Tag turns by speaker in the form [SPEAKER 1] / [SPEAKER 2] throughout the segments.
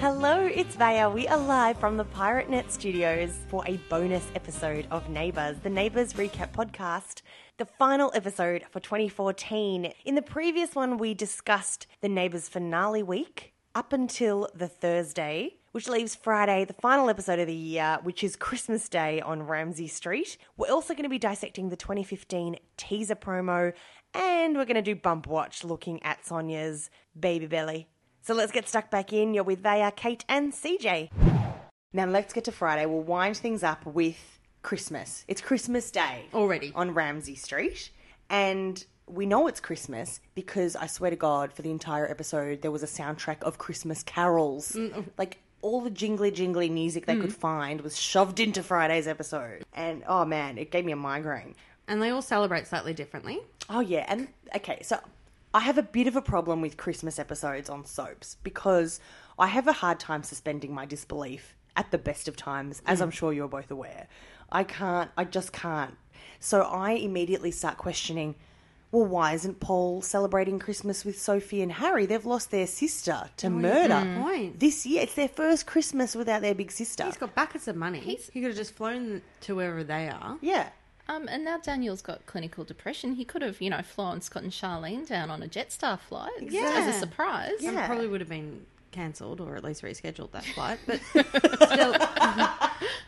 [SPEAKER 1] Hello, it's Vaya. We are live from the PirateNet studios for a bonus episode of Neighbours, the Neighbours Recap podcast, the final episode for 2014. In the previous one, we discussed the Neighbours finale week up until the Thursday, which leaves Friday, the final episode of the year, which is Christmas Day on Ramsey Street. We're also going to be dissecting the 2015 teaser promo, and we're going to do Bump Watch looking at Sonia's baby belly. So let's get stuck back in. You're with Vaya, Kate, and CJ. Now let's get to Friday. We'll wind things up with Christmas. It's Christmas Day
[SPEAKER 2] Already.
[SPEAKER 1] on Ramsey Street, and we know it's Christmas because I swear to God, for the entire episode, there was a soundtrack of Christmas carols. Like all the jingly jingly music they could find was shoved into Friday's episode, and oh man, it gave me a migraine.
[SPEAKER 2] And they all celebrate slightly differently.
[SPEAKER 1] Oh yeah, and okay, so I have a bit of a problem with Christmas episodes on soaps because I have a hard time suspending my disbelief at the best of times, as I'm sure you're both aware. I can't, I just can't. So I immediately start questioning, well, why isn't Paul celebrating Christmas with Sophie and Harry? They've lost their sister to murder
[SPEAKER 2] point.
[SPEAKER 1] this year. It's their first Christmas without their big sister.
[SPEAKER 2] He's got buckets of money. he could have just flown to wherever they are.
[SPEAKER 1] yeah.
[SPEAKER 3] Um, and now Daniel's got clinical depression. He could have, you know, flown Scott and Charlene down on a Jetstar flight as
[SPEAKER 2] Yeah.
[SPEAKER 3] a surprise.
[SPEAKER 1] Yeah.
[SPEAKER 2] It probably would have been cancelled or at least rescheduled that flight. But still,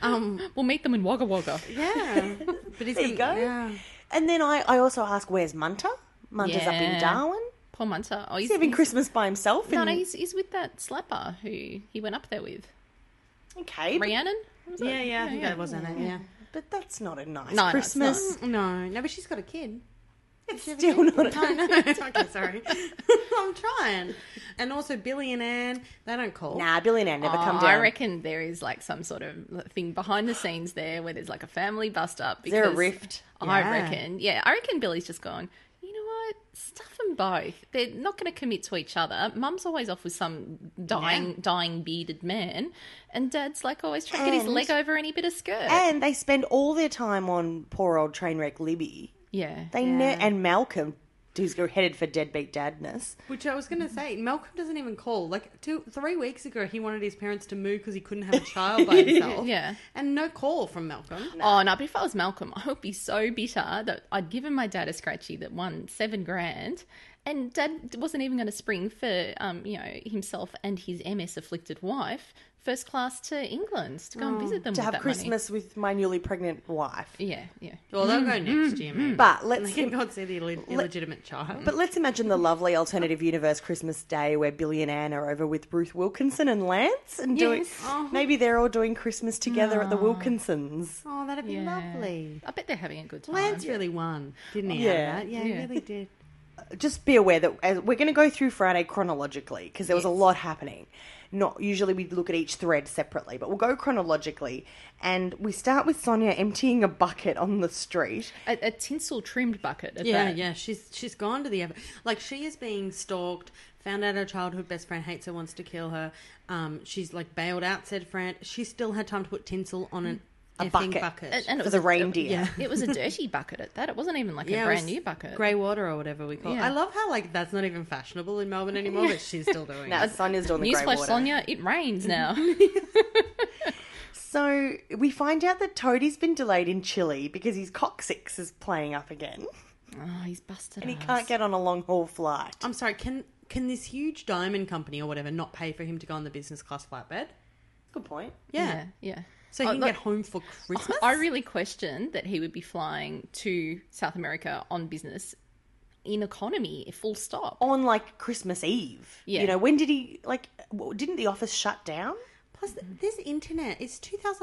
[SPEAKER 2] um,
[SPEAKER 3] We'll meet them in Wagga Wagga.
[SPEAKER 2] yeah. But he's
[SPEAKER 1] There you go.
[SPEAKER 2] gonna- Yeah.
[SPEAKER 1] And then I, I also ask, where's Munter? Munter's up in
[SPEAKER 3] Yeah.
[SPEAKER 1] Darwin.
[SPEAKER 3] Paul Munter. Oh, he's,
[SPEAKER 1] He's having
[SPEAKER 3] he's-
[SPEAKER 1] Christmas by himself.
[SPEAKER 3] No,
[SPEAKER 1] in-
[SPEAKER 3] no, he's, he's with that slapper who he went up there with.
[SPEAKER 1] Okay, but,
[SPEAKER 3] Rhiannon? Was it?
[SPEAKER 2] Yeah, yeah, I think that was in it. Yeah.
[SPEAKER 1] but that's not a nice
[SPEAKER 3] No, no, it's
[SPEAKER 1] Christmas.
[SPEAKER 3] Mm.
[SPEAKER 2] No, no, but she's got a kid.
[SPEAKER 1] It's still not.
[SPEAKER 2] No,
[SPEAKER 1] A,
[SPEAKER 2] no, it's okay, sorry. I'm trying. And also Billy and Anne, they don't call.
[SPEAKER 1] nah, Billy and Anne never come
[SPEAKER 3] Oh,
[SPEAKER 1] down.
[SPEAKER 3] I reckon there is like some sort of thing behind the scenes there where there's like a family bust up.
[SPEAKER 1] Is there a
[SPEAKER 3] because-
[SPEAKER 1] rift?
[SPEAKER 3] I
[SPEAKER 2] Yeah.
[SPEAKER 3] reckon. Yeah, I reckon Billy's just gone. You know what? Stuff them both. They're not going to commit to each other. Mum's always off with some dying, dying bearded man, and Dad's like always trying to get his
[SPEAKER 1] And-
[SPEAKER 3] leg over any bit of skirt.
[SPEAKER 1] And they spend all their time on poor old train wreck Libby.
[SPEAKER 3] yeah,
[SPEAKER 1] They ne- and Malcolm, who's headed for deadbeat dadness.
[SPEAKER 2] Which I was going
[SPEAKER 3] Mm-hmm.
[SPEAKER 2] to say, Malcolm doesn't even call. Like two, three weeks ago, he wanted his parents to move because he couldn't have a child by himself.
[SPEAKER 3] Yeah.
[SPEAKER 2] and no call from Malcolm.
[SPEAKER 3] Oh no! But if I was Malcolm, I would be so bitter that I'd given my dad a scratchy that won seven grand, and Dad wasn't even going to spring for um, you know himself and his MS afflicted wife first class to England to go and visit them
[SPEAKER 1] Mm, To
[SPEAKER 3] with
[SPEAKER 1] have
[SPEAKER 3] that
[SPEAKER 1] Christmas with my newly pregnant wife.
[SPEAKER 3] Money. Yeah, yeah.
[SPEAKER 2] Well, they'll
[SPEAKER 3] Mm-hmm.
[SPEAKER 2] go next year, maybe.
[SPEAKER 1] But
[SPEAKER 2] they
[SPEAKER 1] let's
[SPEAKER 2] can go and see the Ill- illegitimate child.
[SPEAKER 1] but let's imagine the lovely alternative universe Christmas Day where Billy and Anne are over with Ruth Wilkinson and Lance and doing
[SPEAKER 3] Yes. Uh-huh.
[SPEAKER 1] maybe they're all doing Christmas together at the Wilkinsons.
[SPEAKER 2] oh, that'd be
[SPEAKER 3] Yeah.
[SPEAKER 2] lovely.
[SPEAKER 3] I bet they're having a good time.
[SPEAKER 2] Lance really won, didn't he?
[SPEAKER 1] Yeah.
[SPEAKER 2] Yeah, yeah, he
[SPEAKER 3] Yeah.
[SPEAKER 2] really did.
[SPEAKER 1] just be aware that as we're going to go through Friday chronologically because there was a lot happening. Not usually we look at each thread separately, but we'll go chronologically, and we start with Sonia emptying a bucket on the street.
[SPEAKER 3] a, a tinsel trimmed bucket. At
[SPEAKER 2] Yeah,
[SPEAKER 3] that.
[SPEAKER 2] yeah. She's she's gone to the other. Like she is being stalked. Found out her childhood best friend hates her, wants to kill her. Um, she's like bailed out said friend. She still had time to put tinsel on an
[SPEAKER 1] A
[SPEAKER 2] effing
[SPEAKER 1] bucket.
[SPEAKER 3] And, and it
[SPEAKER 1] For
[SPEAKER 3] was
[SPEAKER 1] the
[SPEAKER 3] Mm. a-
[SPEAKER 1] reindeer.
[SPEAKER 3] It, was a dirty bucket at that. It wasn't even like a brand new bucket.
[SPEAKER 2] grey water or whatever we call. it.
[SPEAKER 3] Yeah.
[SPEAKER 2] I love how like that's not even fashionable in Melbourne anymore, but she's still doing
[SPEAKER 1] Now
[SPEAKER 2] it.
[SPEAKER 1] Sonia's doing the grey
[SPEAKER 3] Newsflash,
[SPEAKER 1] water.
[SPEAKER 3] Sonia. It rains now.
[SPEAKER 1] So we find out that Toadie's been delayed in Chile because his coccyx is playing up again.
[SPEAKER 3] oh, he's busted.
[SPEAKER 1] He
[SPEAKER 3] ass.
[SPEAKER 1] can't get on a long haul flight.
[SPEAKER 2] I'm sorry. Can can this huge diamond company or whatever not pay for him to go on the business class flatbed?
[SPEAKER 1] Good point.
[SPEAKER 2] Yeah,
[SPEAKER 3] Yeah, yeah.
[SPEAKER 2] so he
[SPEAKER 3] Oh,
[SPEAKER 2] can
[SPEAKER 3] look,
[SPEAKER 2] get home for Christmas.
[SPEAKER 3] I really questioned that he would be flying to South America on business in economy, full
[SPEAKER 2] Oh,
[SPEAKER 3] stop.
[SPEAKER 1] On like Christmas Eve.
[SPEAKER 3] Yeah.
[SPEAKER 1] You know when did he like? w- Didn't the office shut down?
[SPEAKER 2] Plus, this internet. It's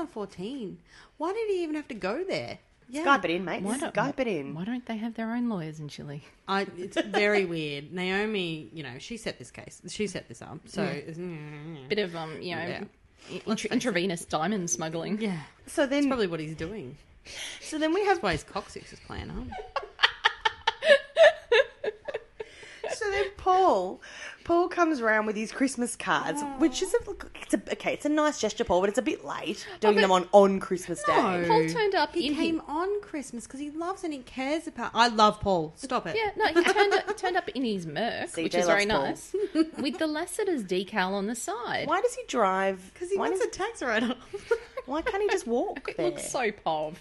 [SPEAKER 2] 2014. Why did he even have to go there? Yeah.
[SPEAKER 1] Skype it in, mate.
[SPEAKER 3] Why don't-
[SPEAKER 1] Skype it in.
[SPEAKER 3] Why don't they have their own lawyers in Chile?
[SPEAKER 2] I, it's very weird. Naomi, you know, she set this case. She set this up. So,
[SPEAKER 3] Bit of um, you know,
[SPEAKER 2] Yeah.
[SPEAKER 3] in- intra- intravenous diamond smuggling.
[SPEAKER 2] yeah.
[SPEAKER 1] So then,
[SPEAKER 2] Probably what he's doing.
[SPEAKER 1] so then we have
[SPEAKER 2] That's why his coccyx is playing up.
[SPEAKER 1] So then Paul Paul comes around with his Christmas cards, which is a, look, it's a okay. It's a nice gesture, Paul, but it's a bit late doing
[SPEAKER 3] but-
[SPEAKER 1] them on on Christmas Day.
[SPEAKER 3] Paul turned up
[SPEAKER 2] He
[SPEAKER 3] in
[SPEAKER 2] came
[SPEAKER 3] his,
[SPEAKER 2] on Christmas because he loves and he cares about. I love Paul. Stop it.
[SPEAKER 3] yeah, no, he turned up, he turned up in his Merc,
[SPEAKER 1] CJ
[SPEAKER 3] which is very
[SPEAKER 1] loves
[SPEAKER 3] nice, with the Lassiter's decal on the side.
[SPEAKER 1] Why does he drive?
[SPEAKER 2] Because he
[SPEAKER 1] why,
[SPEAKER 2] wants
[SPEAKER 1] does-
[SPEAKER 2] a tax write-off.
[SPEAKER 1] why can't he just walk
[SPEAKER 3] It
[SPEAKER 1] there?
[SPEAKER 3] looks so pov.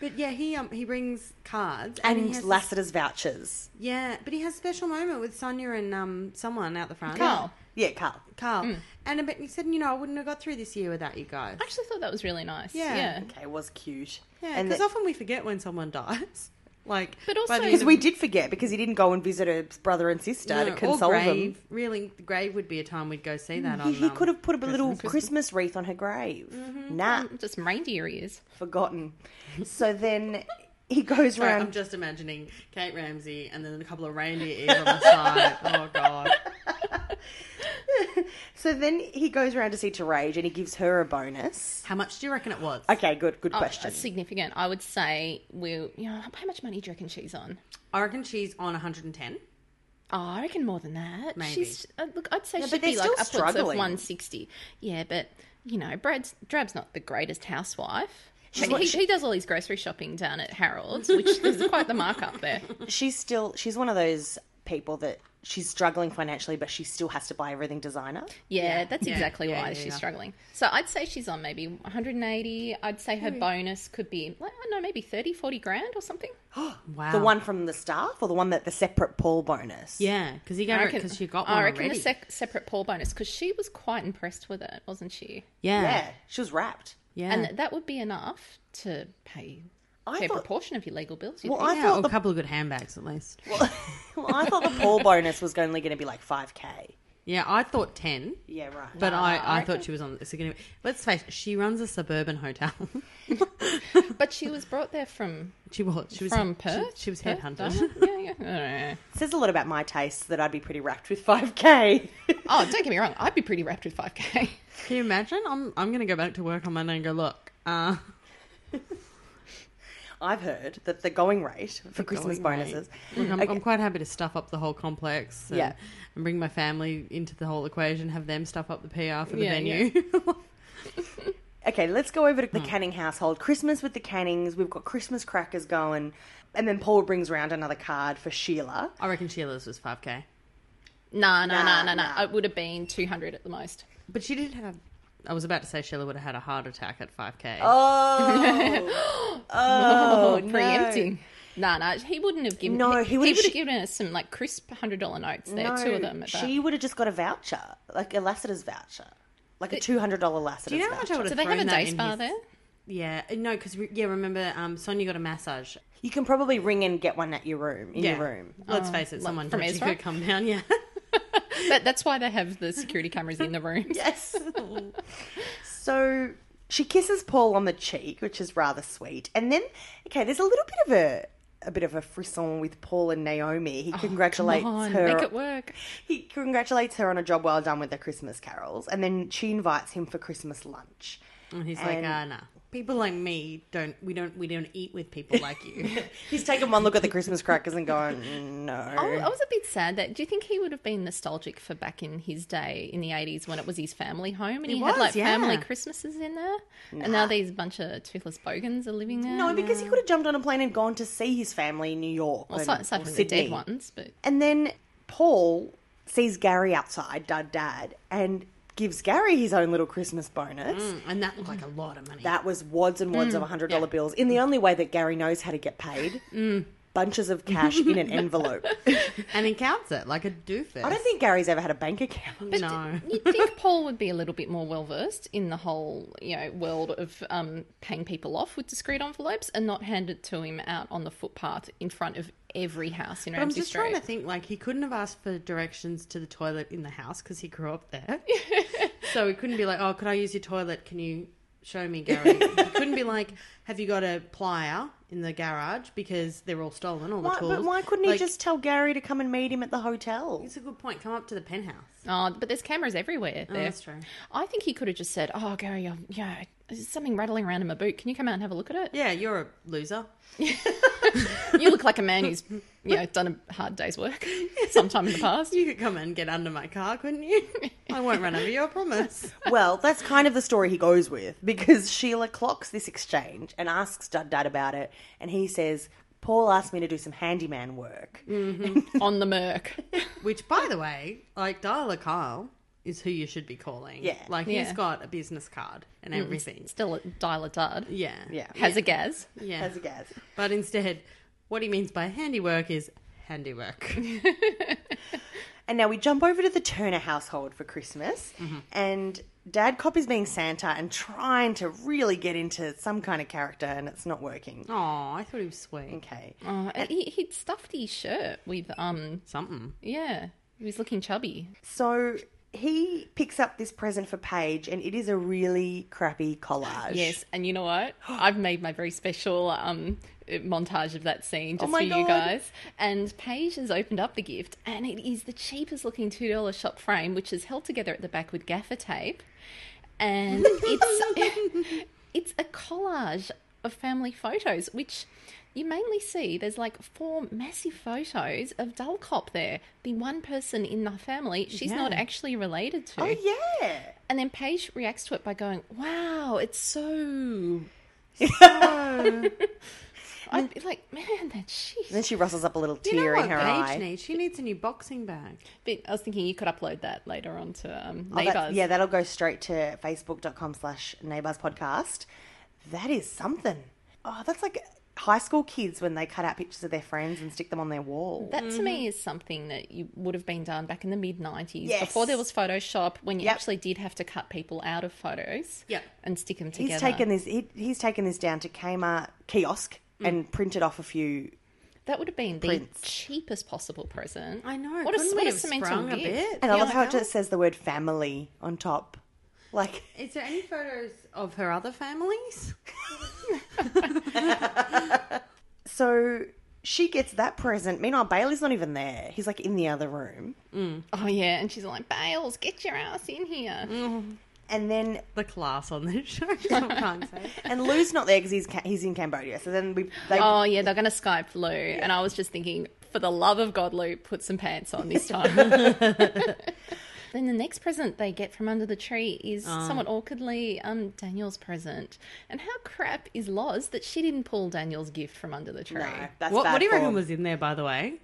[SPEAKER 2] but yeah, he um he brings cards he
[SPEAKER 1] and
[SPEAKER 2] has
[SPEAKER 1] Lassiter's vouchers.
[SPEAKER 2] this- yeah, but he has a special moment with Sonia and um someone out the front.
[SPEAKER 3] Carl.
[SPEAKER 1] Yeah, Carl.
[SPEAKER 2] Carl. And a bit, he said, you know, I wouldn't have got through this year without you guys.
[SPEAKER 3] I Mm. actually thought that was really nice.
[SPEAKER 2] Yeah.
[SPEAKER 3] Yeah.
[SPEAKER 1] Okay, it was cute.
[SPEAKER 2] Yeah,
[SPEAKER 1] And the-
[SPEAKER 2] because often we forget when someone dies. Like,
[SPEAKER 3] But
[SPEAKER 2] by
[SPEAKER 3] also-
[SPEAKER 2] the end
[SPEAKER 1] Because
[SPEAKER 2] of-
[SPEAKER 1] we did forget because he didn't go and visit her brother and sister
[SPEAKER 2] No,
[SPEAKER 1] to
[SPEAKER 2] or
[SPEAKER 1] console
[SPEAKER 2] grave.
[SPEAKER 1] them. Mm.
[SPEAKER 2] Really, the grave would be a time we'd go see that.
[SPEAKER 1] He,
[SPEAKER 2] on,
[SPEAKER 1] he
[SPEAKER 2] um,
[SPEAKER 1] could have put a little
[SPEAKER 2] Christmas. Mm-hmm.
[SPEAKER 1] Christmas wreath on her grave. Nah,
[SPEAKER 3] Just reindeer ears.
[SPEAKER 1] forgotten. So then he goes
[SPEAKER 2] Sorry,
[SPEAKER 1] round.
[SPEAKER 2] I'm just imagining Kate Ramsey and then a couple of reindeer ears on the side. Oh god.
[SPEAKER 1] So then he goes round to see Terrage and he gives her a bonus.
[SPEAKER 2] How much do you reckon it was?
[SPEAKER 1] Okay, good, good
[SPEAKER 3] Oh,
[SPEAKER 1] question.
[SPEAKER 3] that's significant. I would say we. You know, how much money do you reckon she's on?
[SPEAKER 2] I reckon she's on 110.
[SPEAKER 3] Oh, I reckon more than that.
[SPEAKER 2] Maybe.
[SPEAKER 3] She's uh, look. I'd say
[SPEAKER 1] but
[SPEAKER 3] she'd
[SPEAKER 1] they're
[SPEAKER 3] be like
[SPEAKER 1] still
[SPEAKER 3] upwards
[SPEAKER 1] struggling.
[SPEAKER 3] of one sixty. Yeah, but you know, Brad's Drab's not the greatest housewife.
[SPEAKER 1] She's
[SPEAKER 3] He,
[SPEAKER 1] what-
[SPEAKER 3] he, he does all his grocery shopping down at Harold's, which there's quite the markup there.
[SPEAKER 1] she's still she's one of those people that she's struggling financially, but she still has to buy everything designer.
[SPEAKER 3] Yeah, that's
[SPEAKER 2] yeah,
[SPEAKER 3] exactly
[SPEAKER 2] yeah,
[SPEAKER 3] why
[SPEAKER 2] yeah,
[SPEAKER 3] she's
[SPEAKER 2] yeah.
[SPEAKER 3] struggling. So I'd say she's on maybe 180. I'd say
[SPEAKER 2] Hmm.
[SPEAKER 3] her bonus could be, like, I don't know, maybe 30, 40 grand or something.
[SPEAKER 2] Wow.
[SPEAKER 1] The one from the staff or the one that the separate Paul bonus.
[SPEAKER 2] Oh. Yeah, because he got because she got one
[SPEAKER 3] I reckon
[SPEAKER 2] already.
[SPEAKER 3] the sec- separate Paul bonus, because she was quite impressed with it, wasn't she?
[SPEAKER 1] yeah,
[SPEAKER 2] yeah. Yeah.
[SPEAKER 1] she was wrapped.
[SPEAKER 3] And th- that would be enough to pay
[SPEAKER 1] I
[SPEAKER 3] a
[SPEAKER 1] thought-
[SPEAKER 3] proportion of your legal bills. you'd
[SPEAKER 1] Well,
[SPEAKER 3] think.
[SPEAKER 1] I
[SPEAKER 2] Yeah,
[SPEAKER 1] thought
[SPEAKER 2] or
[SPEAKER 1] the
[SPEAKER 2] a couple of good handbags at least.
[SPEAKER 1] well, I thought the Paul bonus was only going to be like five k.
[SPEAKER 2] Yeah, I thought 10.
[SPEAKER 1] Yeah, right.
[SPEAKER 2] But I, I,
[SPEAKER 3] reckon-
[SPEAKER 2] thought she was on the second. Let's face it, she runs a suburban hotel.
[SPEAKER 3] But she was brought there from
[SPEAKER 2] she was. She was
[SPEAKER 3] from
[SPEAKER 2] she-
[SPEAKER 3] Perth.
[SPEAKER 2] She, was
[SPEAKER 3] Perth,
[SPEAKER 2] headhunted.
[SPEAKER 3] Darwin? Yeah, yeah.
[SPEAKER 1] says a lot about my tastes that I'd be pretty wrapped with five k.
[SPEAKER 3] oh, don't get me wrong. I'd be pretty wrapped with 5K.
[SPEAKER 2] Can you imagine? I'm I'm going to go back to work on Monday and go look. Uh,
[SPEAKER 1] I've heard that the going rate for Christmas
[SPEAKER 2] going rate.
[SPEAKER 1] bonuses.
[SPEAKER 2] look I'm,
[SPEAKER 1] Okay.
[SPEAKER 2] I'm quite happy to stuff up the whole complex. And,
[SPEAKER 1] Yeah.
[SPEAKER 2] and bring my family into the whole equation. Have them stuff up the PR for the
[SPEAKER 3] Yeah,
[SPEAKER 2] venue.
[SPEAKER 1] Okay, let's go over to
[SPEAKER 3] Hmm.
[SPEAKER 1] the Canning household. Christmas with the Cannings. We've got Christmas crackers going, and then Paul brings round another card for Sheila.
[SPEAKER 2] I reckon Sheila's was five k,
[SPEAKER 3] No, no,
[SPEAKER 1] Nah,
[SPEAKER 3] no, no,
[SPEAKER 1] nah.
[SPEAKER 3] no. It would have been 200 at the most.
[SPEAKER 2] but she did have. I was about to say Sheila would have had a heart attack at five k.
[SPEAKER 1] Oh, oh, no.
[SPEAKER 3] preempting. No, no, he wouldn't have given.
[SPEAKER 1] No,
[SPEAKER 3] No,
[SPEAKER 1] he
[SPEAKER 3] he, he would
[SPEAKER 1] would've-
[SPEAKER 3] have
[SPEAKER 1] she-
[SPEAKER 3] given us some like crisp hundred dollar notes. There, two of them. At that.
[SPEAKER 1] She would have just got a voucher, like a Lassiter's voucher, like a two hundred dollar Lassiter's
[SPEAKER 2] Do you know how much
[SPEAKER 1] voucher.
[SPEAKER 2] I would have?
[SPEAKER 3] Do they have
[SPEAKER 2] thrown
[SPEAKER 3] a
[SPEAKER 2] that
[SPEAKER 3] day
[SPEAKER 2] in
[SPEAKER 3] spa
[SPEAKER 2] his-
[SPEAKER 3] there?
[SPEAKER 2] Yeah, no, because yeah, remember, um, Sonia got a massage.
[SPEAKER 1] You can probably ring and get one at your room. In
[SPEAKER 2] Yeah,
[SPEAKER 1] your room.
[SPEAKER 2] Let's face it,
[SPEAKER 3] Oh, like
[SPEAKER 2] someone
[SPEAKER 3] from
[SPEAKER 2] from Ezra
[SPEAKER 3] Ezra?
[SPEAKER 2] could come down. Yeah,
[SPEAKER 3] That, that's why they have the security cameras in the room.
[SPEAKER 1] Yes. so she kisses Paul on the cheek, which is rather sweet. And then, okay, there's a little bit of a a bit of a frisson with Paul and Naomi. He congratulates
[SPEAKER 3] Oh, Come on,
[SPEAKER 1] her.
[SPEAKER 3] make it work.
[SPEAKER 1] He congratulates her on a job well done with the Christmas carols, and then she invites him for Christmas lunch.
[SPEAKER 2] and he's like,
[SPEAKER 1] And-
[SPEAKER 2] ah, nah. People like me don't. We don't. We don't eat with people like you.
[SPEAKER 1] He's taken one look at the Christmas crackers and going, no.
[SPEAKER 3] I, I was a bit sad that. Do you think he would have been nostalgic for back in his day in the eighties when it was his family home and he,
[SPEAKER 2] was,
[SPEAKER 3] had like
[SPEAKER 2] yeah.
[SPEAKER 3] family Christmases in there? And now these bunch of toothless bogans are living there.
[SPEAKER 1] oh, no, because he could have jumped on a plane and gone to see his family in New York
[SPEAKER 3] well,
[SPEAKER 1] and,
[SPEAKER 3] aside, aside
[SPEAKER 1] or
[SPEAKER 3] from the
[SPEAKER 1] Sydney.
[SPEAKER 3] dead ones, but
[SPEAKER 1] And then Paul sees Gary outside, dad, dad, and gives Gary his own little Christmas bonus.
[SPEAKER 3] Mm.
[SPEAKER 2] Mm, and that looked like a lot of money.
[SPEAKER 1] That was wads and wads of $100
[SPEAKER 2] yeah.
[SPEAKER 1] bills in the only way that Gary knows how to get paid.
[SPEAKER 3] Mm.
[SPEAKER 1] Bunches of cash in an envelope.
[SPEAKER 2] and he counts it like a doofus.
[SPEAKER 1] I don't think Gary's ever had a bank account.
[SPEAKER 3] But
[SPEAKER 2] No.
[SPEAKER 3] d- you'd think Paul would be a little bit more well versed in the whole, you know, world of um, paying people off with discreet envelopes and not hand it to him out on the footpath in front of every house in
[SPEAKER 2] But I'm
[SPEAKER 3] Ramsey
[SPEAKER 2] just
[SPEAKER 3] Street.
[SPEAKER 2] trying to think. Like he couldn't have asked for directions to the toilet in the house because he grew up there. so he couldn't be like, "Oh, could I use your toilet? Can you show me, Gary?" he couldn't be like, "Have you got a plier in the garage?" Because they're all stolen. All the
[SPEAKER 1] Why,
[SPEAKER 2] tools.
[SPEAKER 1] but why couldn't he
[SPEAKER 2] Like,
[SPEAKER 1] just tell Gary to come and meet him at the hotel?
[SPEAKER 2] It's a good point. Come up to the penthouse.
[SPEAKER 3] Oh, but there's Ah, cameras everywhere. There.
[SPEAKER 2] that's true.
[SPEAKER 3] I think he could have just said, "Oh, Gary, I'm, yeah, There's something rattling around in my boot. Can you come out and have a look at it?
[SPEAKER 2] Yeah, you're a loser.
[SPEAKER 3] You look like a man who's, you know, done a hard day's work sometime in the past.
[SPEAKER 2] You could come and get under my car, couldn't you? I won't run over you, I promise.
[SPEAKER 1] Well, that's kind of the story he goes with because Sheila clocks this exchange and asks Dud Dud about it, and he says, Paul asked me to do some handyman work.
[SPEAKER 3] On the Merc.
[SPEAKER 2] Which, by the way, like Dialer Kyle is who you should be calling.
[SPEAKER 1] Yeah. Mm.
[SPEAKER 2] Like
[SPEAKER 3] Yeah.
[SPEAKER 2] he's got a business card and everything.
[SPEAKER 3] Still a dial a dud.
[SPEAKER 2] Yeah.
[SPEAKER 1] Yeah.
[SPEAKER 3] Has a gaz.
[SPEAKER 2] Yeah.
[SPEAKER 1] As a gas.
[SPEAKER 2] But instead, what he means by handiwork is handiwork.
[SPEAKER 1] And now we jump over to the Turner household for Christmas, and Dad Cop is being Santa and trying to really get into some kind of character, and it's not working.
[SPEAKER 2] Oh, I thought he was sweet.
[SPEAKER 1] Okay.
[SPEAKER 3] Oh, he, he'd stuffed his shirt with, um,
[SPEAKER 2] Something.
[SPEAKER 3] yeah. He was looking chubby.
[SPEAKER 1] So he picks up this present for Paige, and it is a really crappy collage.
[SPEAKER 3] Yes, and you know what? I've made my very special um, montage of that scene just
[SPEAKER 1] Oh my
[SPEAKER 3] for
[SPEAKER 1] God.
[SPEAKER 3] you guys. And Paige has opened up the gift, and it is the cheapest looking two dollar shop frame, which is held together at the back with gaffer tape, and it's it's a collage of family photos, which. You mainly see there's like four massive photos of Dull Cop there. The one person in the family she's not actually related to.
[SPEAKER 1] Oh, yeah.
[SPEAKER 3] And then Paige reacts to it by going, "Wow, it's so." I'd be like, "Man, that
[SPEAKER 1] And then
[SPEAKER 3] shit."
[SPEAKER 1] she rustles up a little
[SPEAKER 2] You know
[SPEAKER 1] tear
[SPEAKER 2] what
[SPEAKER 1] in her
[SPEAKER 2] Paige
[SPEAKER 1] eye.
[SPEAKER 2] needs? She needs a new boxing bag.
[SPEAKER 3] But I was thinking you could upload that later on to um,
[SPEAKER 1] Oh, that's-
[SPEAKER 3] Neighbours.
[SPEAKER 1] yeah, that'll go straight to facebook.com slash neighbours podcast. That is something. Oh, that's like high school kids when they cut out pictures of their friends and stick them on their wall.
[SPEAKER 3] That to
[SPEAKER 2] Mm-hmm.
[SPEAKER 3] me is something that you would have been done back in the mid '90s,
[SPEAKER 1] Yes.
[SPEAKER 3] before there was Photoshop, when you
[SPEAKER 1] Yep.
[SPEAKER 3] actually did have to cut people out of photos,
[SPEAKER 2] Yep.
[SPEAKER 3] and stick them together.
[SPEAKER 1] he's taken this he, he's taken this down to Kmart kiosk and printed off a few
[SPEAKER 3] that would have been the
[SPEAKER 1] prints.
[SPEAKER 3] cheapest possible present.
[SPEAKER 2] I know.
[SPEAKER 3] What a,
[SPEAKER 2] couldn't we
[SPEAKER 3] what a
[SPEAKER 2] have
[SPEAKER 3] cemental
[SPEAKER 2] sprung a
[SPEAKER 3] gift.
[SPEAKER 2] bit? "Oh."
[SPEAKER 1] and I
[SPEAKER 3] Yeah,
[SPEAKER 1] love
[SPEAKER 3] I
[SPEAKER 1] how it
[SPEAKER 3] know.
[SPEAKER 1] just says the word family on top. Like
[SPEAKER 2] Is there any photos of her other families?
[SPEAKER 1] so she gets that present. Meanwhile, Bailey's not even there. He's like in the other room.
[SPEAKER 3] Oh yeah, and she's like, "Bales, get your ass in here."
[SPEAKER 1] And then
[SPEAKER 2] The class on this show sometimes. eh?
[SPEAKER 1] and Lou's not there because he's ca- he's in Cambodia. So then we they
[SPEAKER 3] Oh yeah, they're going to Skype Lou, and I was just thinking, for the love of God, Lou, put some pants on this time. then the next present they get from under the tree is
[SPEAKER 1] Oh.
[SPEAKER 3] somewhat awkwardly um, Daniel's present. And how crap is Loz that she didn't pull Daniel's gift from under the tree?
[SPEAKER 1] No, that's
[SPEAKER 2] What,
[SPEAKER 1] bad
[SPEAKER 2] what do you reckon
[SPEAKER 1] form.
[SPEAKER 2] was in there, by the way?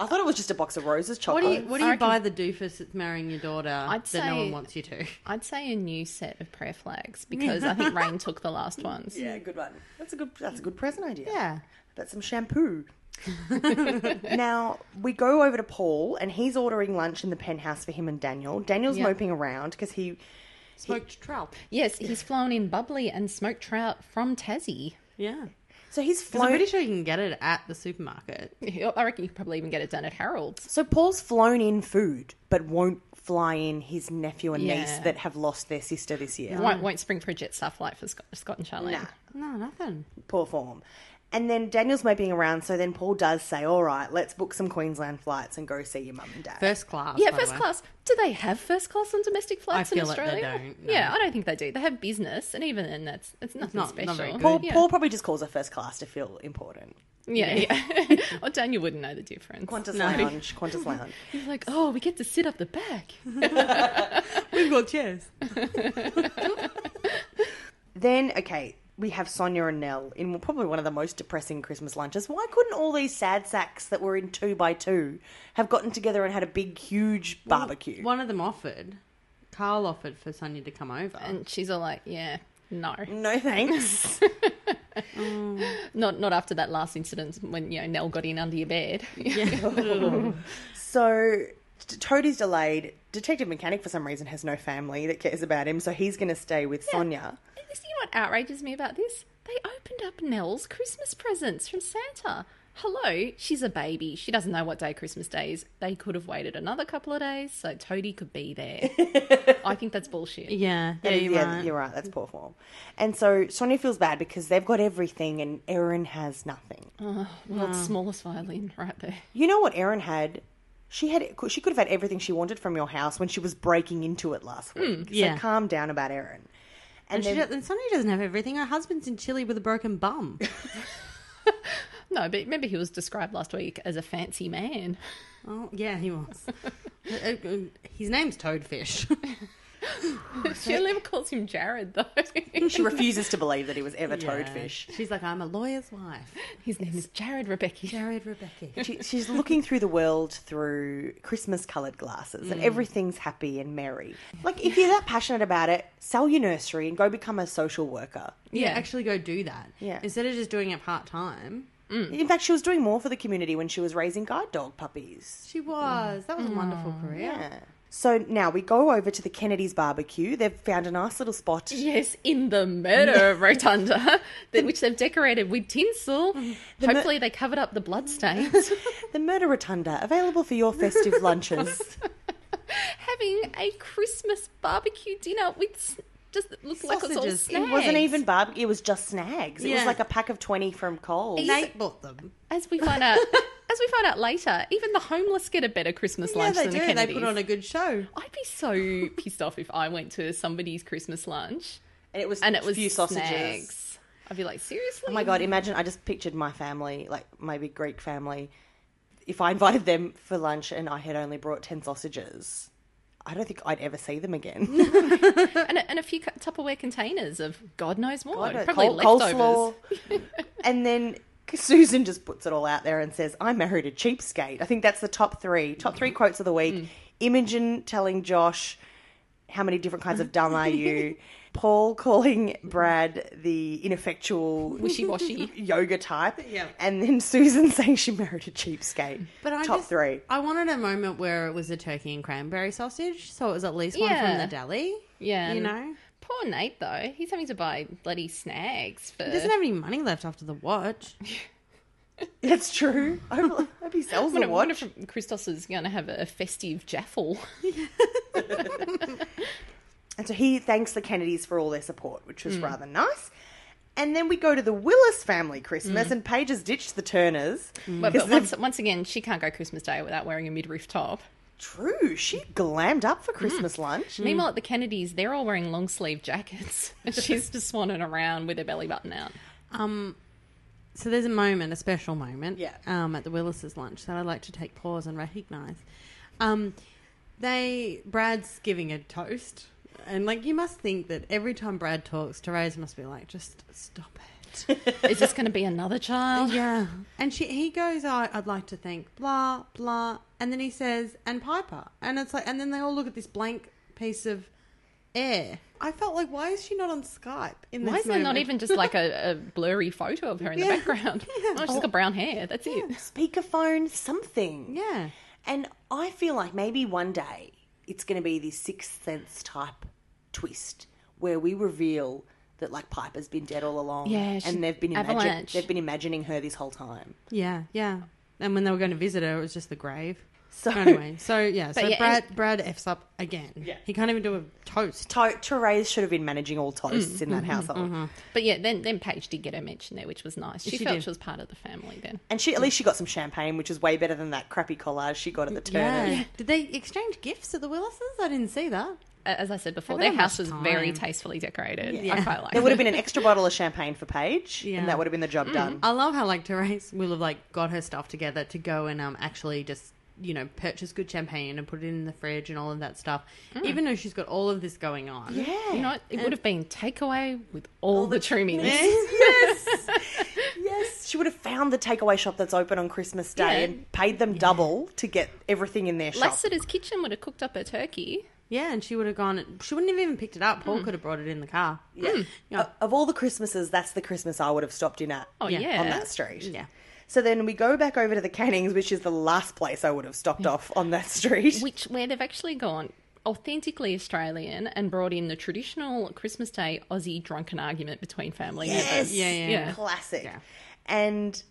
[SPEAKER 1] I thought it was just a box of roses
[SPEAKER 2] What
[SPEAKER 1] chocolate.
[SPEAKER 2] do you, what do
[SPEAKER 3] I
[SPEAKER 2] you
[SPEAKER 3] reckon-
[SPEAKER 2] buy the doofus that's marrying your daughter
[SPEAKER 3] I'd
[SPEAKER 2] that no
[SPEAKER 3] say-
[SPEAKER 2] one wants you to?
[SPEAKER 3] I'd say a new set of prayer flags because I think Rain took the last ones.
[SPEAKER 1] Yeah, good one. That's a good. That's a good present idea.
[SPEAKER 2] Yeah.
[SPEAKER 1] but some shampoo. now we go over to Paul, and he's ordering lunch in the penthouse for him and Daniel. Daniel's
[SPEAKER 3] Yeah.
[SPEAKER 1] moping around because he
[SPEAKER 2] Smoked trout.
[SPEAKER 3] Yes, he's flown in bubbly and smoked trout from Tassie.
[SPEAKER 2] Yeah.
[SPEAKER 1] so he's
[SPEAKER 2] Because I'm
[SPEAKER 1] flown.
[SPEAKER 2] pretty sure you can get it at the supermarket.
[SPEAKER 3] I reckon you could probably even get it done at Harold's.
[SPEAKER 1] so Paul's flown in food, but won't fly in his nephew and niece
[SPEAKER 3] Yeah.
[SPEAKER 1] that have lost their sister this year.
[SPEAKER 3] Won't, won't spring for a jet starflight for Scott, Scott and Charlene.
[SPEAKER 1] Nah.
[SPEAKER 2] No, nothing.
[SPEAKER 1] poor form. And then Daniel's moping around, so then Paul does say, "All right, let's book some Queensland flights and go see your mum and dad."
[SPEAKER 2] First class.
[SPEAKER 3] Yeah,
[SPEAKER 2] by the
[SPEAKER 3] first
[SPEAKER 2] way.
[SPEAKER 3] class. Do they have first class on domestic flights in
[SPEAKER 2] feel like they
[SPEAKER 3] Australia?
[SPEAKER 2] don't, no.
[SPEAKER 3] Yeah, I don't think they do. They have business, and even then, that's it's nothing
[SPEAKER 2] not-
[SPEAKER 3] special.
[SPEAKER 2] not very good.
[SPEAKER 1] Paul,
[SPEAKER 3] yeah.
[SPEAKER 1] Paul probably just calls her first class to feel important.
[SPEAKER 3] yeah, yeah. oh, Daniel wouldn't know the difference.
[SPEAKER 1] Qantas Lounge, Qantas Lounge.
[SPEAKER 3] He's like, oh, we get to sit up the back.
[SPEAKER 2] We've got chairs.
[SPEAKER 1] Then, okay, we have Sonia and Nell in probably one of the most depressing Christmas lunches. Why couldn't all these sad sacks that were in two by two have gotten together and had a big, huge barbecue?
[SPEAKER 2] One of them offered. Carl offered for Sonia to come over.
[SPEAKER 3] and she's all like, yeah, no,
[SPEAKER 1] no thanks.
[SPEAKER 3] not not after that last incident when you know Nell got in under your bed.
[SPEAKER 1] so t- Toadie's delayed. Detective Mechanic, for some reason, has no family that cares about him, so he's going to stay with Sonia.
[SPEAKER 3] This- you know what outrages me about this? They opened up Nell's Christmas presents from Santa. Hello, she's a baby. She doesn't know what day Christmas Day is. They could have waited another couple of days so Toadie could be there. I think that's bullshit.
[SPEAKER 2] yeah. Yeah,
[SPEAKER 1] That is-
[SPEAKER 2] you're right.
[SPEAKER 1] you're right. That's poor form. And so Sonia feels bad because they've got everything and Erin has nothing.
[SPEAKER 3] World's smallest violin, right there.
[SPEAKER 1] You know what Erin had? She had she could have had everything she wanted from your house when she was breaking into it last week.
[SPEAKER 2] Hmm, yeah.
[SPEAKER 1] So calm down about Erin. And
[SPEAKER 2] And, she
[SPEAKER 1] then-
[SPEAKER 2] does, and Sonny doesn't have everything. Her husband's in Chile with a broken bum.
[SPEAKER 3] No, but remember he was described last week as a fancy man.
[SPEAKER 2] oh, yeah, he was. Uh, uh, His name's Toadfish.
[SPEAKER 3] she never calls him Jared though.
[SPEAKER 1] She refuses to believe that he was ever
[SPEAKER 2] Yeah.
[SPEAKER 1] toadfish.
[SPEAKER 2] She's like, I'm a lawyer's wife.
[SPEAKER 3] His name is Jared Rebecca.
[SPEAKER 2] Jared Rebecca.
[SPEAKER 1] She, she's looking through the world through Christmas coloured glasses,
[SPEAKER 2] Hmm.
[SPEAKER 1] and everything's happy and merry. Like, if you're that passionate about it, sell your nursery and go become a social worker.
[SPEAKER 2] Yeah,
[SPEAKER 3] Yeah.
[SPEAKER 2] actually go do that.
[SPEAKER 1] Yeah.
[SPEAKER 2] Instead of just doing it part time.
[SPEAKER 3] Mm.
[SPEAKER 1] In fact, she was doing more for the community when she was raising guide dog puppies.
[SPEAKER 2] She was. That was a wonderful career.
[SPEAKER 1] Yeah. So now we go over to the Kennedy's barbecue. They've found a nice little spot.
[SPEAKER 3] Yes, in the murder rotunda, that- which they've decorated with tinsel. Hopefully, they covered up the bloodstains.
[SPEAKER 1] The Murder Rotunda, available for your festive lunches.
[SPEAKER 3] Having a Christmas barbecue dinner with s- just it looked like it was all
[SPEAKER 2] Sausages.
[SPEAKER 3] snags.
[SPEAKER 2] It
[SPEAKER 1] It wasn't even barbecue, it was just snags. It was
[SPEAKER 2] Yeah.
[SPEAKER 1] like a pack of 20 from Coles.
[SPEAKER 3] Yeah.
[SPEAKER 2] Nate bought them.
[SPEAKER 3] As we find out, as we find out later, even the homeless get a better Christmas lunch
[SPEAKER 2] yeah, they
[SPEAKER 3] than
[SPEAKER 2] do.
[SPEAKER 3] the
[SPEAKER 2] They
[SPEAKER 3] Kennedys.
[SPEAKER 2] put on a good show.
[SPEAKER 3] I'd be so pissed off if I went to somebody's Christmas lunch
[SPEAKER 1] And it was
[SPEAKER 3] and it was
[SPEAKER 1] few sausages.
[SPEAKER 3] snags. I'd be like, seriously?
[SPEAKER 1] Oh my god, imagine I just pictured my family, like my big Greek family. If I invited them for lunch and I had only brought 10 sausages, I don't think I'd ever see them again.
[SPEAKER 3] and, a, and a few cu- Tupperware containers of God knows what, probably
[SPEAKER 1] Col-
[SPEAKER 3] leftovers.
[SPEAKER 1] coleslaw. and then Susan just puts it all out there and says, I married a cheapskate. I think that's the top three. Top
[SPEAKER 2] Mm.
[SPEAKER 1] three quotes of the week. Imogen telling Josh, How many different kinds of dumb are you? Paul calling Brad the ineffectual
[SPEAKER 3] Wishy washy.
[SPEAKER 1] yoga type.
[SPEAKER 2] Yeah.
[SPEAKER 1] And then Susan saying she married a cheapskate.
[SPEAKER 2] But I
[SPEAKER 1] top
[SPEAKER 2] just,
[SPEAKER 1] three.
[SPEAKER 2] I wanted a moment where it was a turkey and cranberry sausage, so it was at least one from
[SPEAKER 3] Yeah.
[SPEAKER 2] the deli.
[SPEAKER 3] Yeah,
[SPEAKER 2] you
[SPEAKER 3] and
[SPEAKER 2] know,
[SPEAKER 3] Poor Nate though, he's having to buy bloody snags for.
[SPEAKER 2] he doesn't have any money left after the watch.
[SPEAKER 1] That's true. I hope, I hope he sells
[SPEAKER 3] I
[SPEAKER 1] the
[SPEAKER 3] wonder- wonder
[SPEAKER 1] watch.
[SPEAKER 3] if Christos is going to have a festive jaffle.
[SPEAKER 1] And so he thanks the Kennedys for all their support, which was rather nice. And then we go to the Willis family Christmas, and Paige has ditched the Turners.
[SPEAKER 3] but but once, once again, she can't go Christmas Day without wearing a midriff top.
[SPEAKER 1] True, she glammed up for Christmas
[SPEAKER 2] Hmm.
[SPEAKER 1] lunch.
[SPEAKER 3] Meanwhile, at the Kennedys, they're all wearing long sleeve jackets, and she's just swanning around with her belly button out.
[SPEAKER 2] Um, so there's a moment, a special moment,
[SPEAKER 1] Yeah.
[SPEAKER 2] um, at the Willis's lunch that I'd like to take pause and recognise. Um, they Brad's giving a toast, and like you must think that every time Brad talks, Therese must be like, just stop it.
[SPEAKER 3] Is this going to be another child?
[SPEAKER 2] Yeah. And she he goes, I I'd like to thank blah, blah. And then he says, and Piper. And it's like, and then they all look at this blank piece of air. I felt like, why is she not on Skype in this
[SPEAKER 3] Why is there not
[SPEAKER 2] moment?
[SPEAKER 3] even just like a, a blurry photo of her in
[SPEAKER 2] Yeah.
[SPEAKER 3] the background? Oh, she's got brown hair. That's it.
[SPEAKER 1] Speakerphone, something.
[SPEAKER 2] Yeah.
[SPEAKER 1] And I feel like maybe one day it's going to be this sixth sense type twist where we reveal that like Piper's been dead all along.
[SPEAKER 3] Yeah, she-
[SPEAKER 1] and they've been imagin-
[SPEAKER 3] Avalanche.
[SPEAKER 1] they've been imagining her this whole time.
[SPEAKER 2] Yeah, yeah. And when they were going to visit her, it was just the grave.
[SPEAKER 1] So-
[SPEAKER 2] So anyway, so yeah, so
[SPEAKER 3] yeah,
[SPEAKER 2] Brad Brad f's up again. Yeah, he can't even do a toast.
[SPEAKER 1] To- Therese should have been managing all toasts in that household,
[SPEAKER 3] But yeah, then then Paige did get her mention there, which was nice. She,
[SPEAKER 2] she
[SPEAKER 3] felt
[SPEAKER 2] did.
[SPEAKER 3] she was part of the family then.
[SPEAKER 1] and she at least she got some champagne, which is way better than that crappy collage she got at the
[SPEAKER 2] Yeah.
[SPEAKER 1] Turner.
[SPEAKER 2] Did they exchange gifts at the Willis's? I didn't see that.
[SPEAKER 3] A- As I said before,
[SPEAKER 2] Haven't
[SPEAKER 3] their
[SPEAKER 2] had much
[SPEAKER 3] house was very
[SPEAKER 2] time.
[SPEAKER 3] tastefully decorated. I
[SPEAKER 2] Yeah.
[SPEAKER 3] quite like.
[SPEAKER 1] There would have
[SPEAKER 3] it.
[SPEAKER 1] been an extra bottle of champagne for Paige,
[SPEAKER 2] Yeah.
[SPEAKER 1] and that would have been the job done.
[SPEAKER 2] I love how like Therese will have like got her stuff together to go and um actually just you know purchase good champagne and put it in the fridge and all of that stuff. Even though she's got all of this going on,
[SPEAKER 1] Yeah.
[SPEAKER 3] You know, what? it would have been takeaway with all the trimminess.
[SPEAKER 1] yes, yes. She would have found the takeaway shop that's open on Christmas Day
[SPEAKER 3] Yeah.
[SPEAKER 1] and paid them double to get everything in their shop.
[SPEAKER 3] Lassiter's kitchen would have cooked up her turkey.
[SPEAKER 2] yeah, and she would have gone. She wouldn't have even picked it up. Paul could have brought it in the car. Mm.
[SPEAKER 1] Yeah.
[SPEAKER 2] Oh.
[SPEAKER 1] O- Of all the Christmases, that's the Christmas I would have stopped in at
[SPEAKER 3] Oh yeah,
[SPEAKER 2] Yeah,
[SPEAKER 1] on that street.
[SPEAKER 2] Yeah.
[SPEAKER 1] So then we go back over to the Cannings, which is the last place I would have stopped off on that street.
[SPEAKER 3] which where they've actually gone authentically Australian and brought in the traditional Christmas Day Aussie drunken argument between family
[SPEAKER 1] yes,
[SPEAKER 3] members.
[SPEAKER 2] Yeah, yeah, yeah.
[SPEAKER 1] classic.
[SPEAKER 2] Yeah.
[SPEAKER 1] And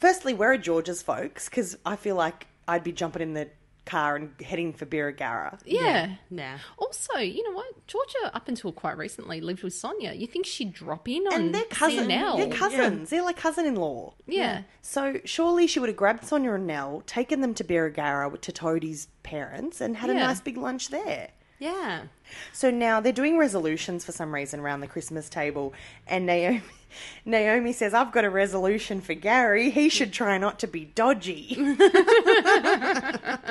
[SPEAKER 1] firstly, where are George's folks? Because I feel like I'd be jumping in the car and heading for Birragara.
[SPEAKER 3] Yeah.
[SPEAKER 2] Nah.
[SPEAKER 3] Also, you know what? Georgia, up until quite recently, lived with Sonia. You think she'd drop in on
[SPEAKER 1] And they're cousins.
[SPEAKER 3] Nell?
[SPEAKER 1] They're cousins. They're like cousin-in-law.
[SPEAKER 3] yeah.
[SPEAKER 1] So surely she would have grabbed Sonia and Nell, taken them to Birragara to Toadie's parents, and had a
[SPEAKER 3] Yeah.
[SPEAKER 1] nice big lunch there.
[SPEAKER 2] Yeah.
[SPEAKER 1] So now they're doing resolutions for some reason around the Christmas table, and Naomi Naomi says, "I've got a resolution for Gary. He should try not to be dodgy."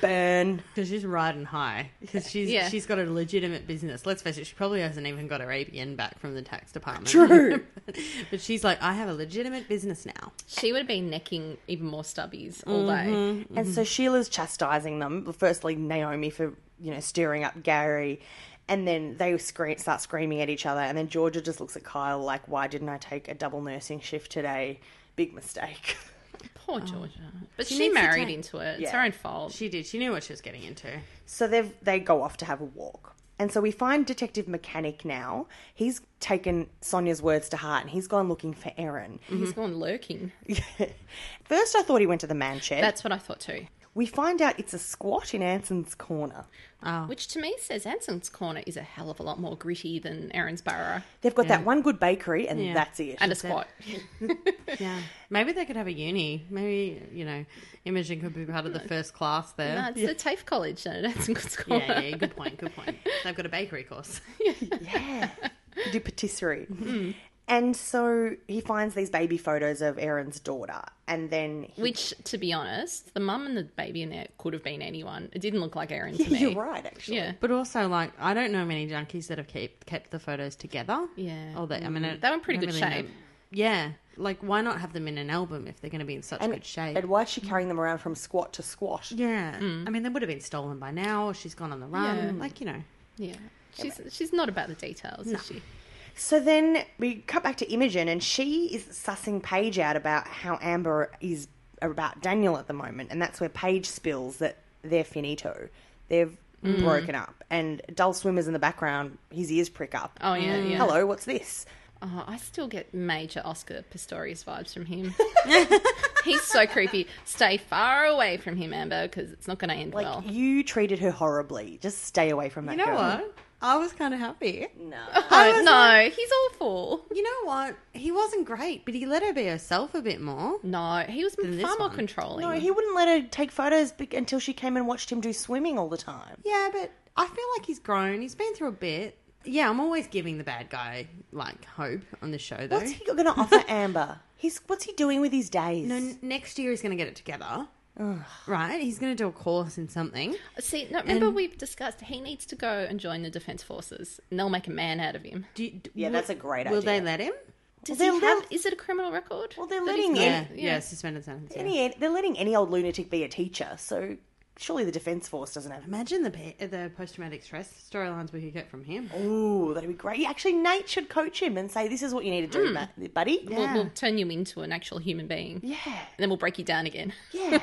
[SPEAKER 1] Burn.
[SPEAKER 2] Because she's riding high. Because she's
[SPEAKER 3] Yeah.
[SPEAKER 2] she's got a legitimate business. Let's face it, she probably hasn't even got her ABN back from the tax department.
[SPEAKER 1] True.
[SPEAKER 2] but she's like, I have a legitimate business now.
[SPEAKER 3] She would have been necking even more stubbies all day.
[SPEAKER 1] And so Sheila's chastising them. Firstly, Naomi for you know stirring up Gary, and then they scream, start screaming at each other. And then Georgia just looks at Kyle like, "Why didn't I take a double nursing shift today? Big mistake."
[SPEAKER 3] Poor Georgia. But Oh. she,
[SPEAKER 2] needs to
[SPEAKER 3] married
[SPEAKER 2] take-
[SPEAKER 3] into it. It's
[SPEAKER 1] Yeah.
[SPEAKER 3] her own fault.
[SPEAKER 2] She did. She knew what she was getting into.
[SPEAKER 1] So they they go off to have a walk. And so we find Detective Mechanic now. He's taken Sonia's words to heart and he's gone looking for Erin.
[SPEAKER 3] He's gone lurking.
[SPEAKER 1] First, I thought he went to the man shed.
[SPEAKER 3] That's what I thought too.
[SPEAKER 1] we find out it's a squat in Anson's corner.
[SPEAKER 2] Oh,
[SPEAKER 3] Which to me says Anson's Corner is a hell of a lot more gritty than Aaron's Burrow
[SPEAKER 1] They've got that one good bakery and
[SPEAKER 2] Yeah.
[SPEAKER 1] that's it.
[SPEAKER 3] and a squat.
[SPEAKER 2] Yeah. Maybe they could have a uni. Maybe, you know, Imogen could be part of the first class there.
[SPEAKER 3] No, it's the TAFE college at Anson's Corner.
[SPEAKER 2] yeah, yeah, good point, good point. They've got a bakery course.
[SPEAKER 1] yeah. Do patisserie.
[SPEAKER 2] Hmm.
[SPEAKER 1] And so he finds these baby photos of Erin's daughter. And then he,
[SPEAKER 3] Which, to be honest, the mum and the baby in there could have been anyone. It didn't look like Aaron to me.
[SPEAKER 1] you're right, actually.
[SPEAKER 3] Yeah.
[SPEAKER 2] But also, like, I don't know many junkies that have keep, kept the photos together.
[SPEAKER 3] Yeah.
[SPEAKER 2] Or that, I mean,
[SPEAKER 3] They were in pretty
[SPEAKER 2] I don't
[SPEAKER 3] good
[SPEAKER 2] know.
[SPEAKER 3] shape.
[SPEAKER 2] Yeah. Like, why not have them in an album if they're going to be in such
[SPEAKER 1] And,
[SPEAKER 2] good shape?
[SPEAKER 1] and why is she carrying them around from squat to squat?
[SPEAKER 2] yeah. I mean, they would have been stolen by now, or she's gone on the run.
[SPEAKER 3] Yeah.
[SPEAKER 2] Like, you know.
[SPEAKER 3] Yeah. She's, she's not about the details, is she?
[SPEAKER 1] So then we cut back to Imogen, and she is sussing Paige out about how Amber is about Daniel at the moment, and that's where Paige spills that they're finito. They've
[SPEAKER 3] Mm.
[SPEAKER 1] broken up, and Dull Swimmer's in the background, his ears prick up. Mm,
[SPEAKER 3] Oh, yeah, yeah.
[SPEAKER 1] Hello, what's this?
[SPEAKER 3] Oh, I still get major Oscar Pistorius vibes from him. He's so creepy. Stay far away from him, Amber, because it's not going to end
[SPEAKER 1] Like,
[SPEAKER 3] well.
[SPEAKER 1] you treated her horribly. Just stay away from that
[SPEAKER 2] You know
[SPEAKER 1] girl.
[SPEAKER 2] what? I was kind of happy.
[SPEAKER 1] No.
[SPEAKER 3] Oh, no, he's awful.
[SPEAKER 2] You know what? He wasn't great, but he let her be herself a bit more.
[SPEAKER 3] No, he was
[SPEAKER 2] this
[SPEAKER 3] far more
[SPEAKER 2] one.
[SPEAKER 3] controlling.
[SPEAKER 1] No, he wouldn't let her take photos be- until she came and watched him do swimming all the time.
[SPEAKER 2] Yeah, but I feel like he's grown. He's been through a bit. Yeah, I'm always giving the bad guy like hope on the show though.
[SPEAKER 1] What's he going to offer Amber? He's what's he doing with his days?
[SPEAKER 2] No, n- next year he's going to get it together. Right? He's going to do a course in something.
[SPEAKER 3] See, no, remember we've discussed he needs to go and join the defense forces, and they'll make a man out of him.
[SPEAKER 2] Do you, d-
[SPEAKER 1] Yeah,
[SPEAKER 2] will-
[SPEAKER 1] that's a great
[SPEAKER 2] Will they
[SPEAKER 1] idea.
[SPEAKER 2] let him?
[SPEAKER 3] Does
[SPEAKER 1] Well,
[SPEAKER 3] he
[SPEAKER 1] they'll-
[SPEAKER 3] have? Is it a criminal record?
[SPEAKER 1] Well, they're
[SPEAKER 3] that he's
[SPEAKER 1] letting
[SPEAKER 3] got?
[SPEAKER 1] him-
[SPEAKER 2] Yeah,
[SPEAKER 1] Yeah.
[SPEAKER 2] yeah, suspended sentence. yeah.
[SPEAKER 1] Any, they're letting any old lunatic be a teacher, so surely the defence force doesn't have.
[SPEAKER 2] Imagine the pa- the post traumatic stress storylines we could get from him.
[SPEAKER 1] Oh. Ooh, that'd be great. Yeah, Actually, Nate should coach him and say, "This is what you need to
[SPEAKER 3] Hmm.
[SPEAKER 1] do, bu- buddy."
[SPEAKER 3] We'll, we'll turn you into an actual human being. Yeah. And then we'll break you down again.
[SPEAKER 1] Yeah.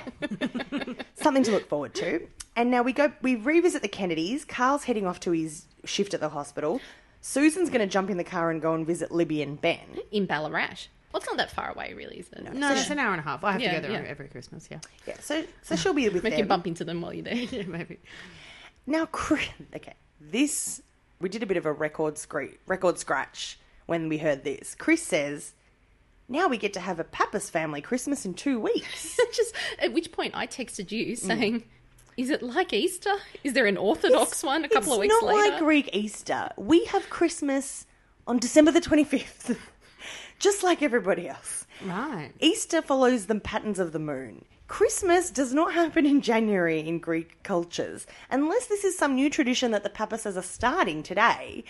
[SPEAKER 1] Something to look forward to. And now we go we revisit the Kennedys. Carl's heading off to his shift at the hospital. Susan's going to jump in the car and go and visit Libby and Ben.
[SPEAKER 3] in Ballarat. Well, it's not that far away, really, is it?
[SPEAKER 2] No, it's an hour and a half. I have
[SPEAKER 3] Yeah,
[SPEAKER 2] to go
[SPEAKER 3] yeah.
[SPEAKER 2] there every Christmas. Yeah,
[SPEAKER 1] Yeah, so so she'll be with
[SPEAKER 3] Make you
[SPEAKER 1] them.
[SPEAKER 3] bump into them while you're there.
[SPEAKER 2] yeah, maybe.
[SPEAKER 1] Now, Chris, okay, this we did a bit of a record scre- record scratch when we heard this. Chris says, "Now we get to have a Pappas family Christmas in two weeks."
[SPEAKER 3] Just at which point I texted you saying, "Is it like Easter? Is there an Orthodox one a
[SPEAKER 1] it's
[SPEAKER 3] couple of weeks
[SPEAKER 1] not
[SPEAKER 3] later?"
[SPEAKER 1] like Greek Easter. We have Christmas on December the twenty fifth, just like everybody else.
[SPEAKER 2] Right.
[SPEAKER 1] Easter follows the patterns of the moon. Christmas does not happen in January in Greek cultures, unless this is some new tradition that the papases are starting today,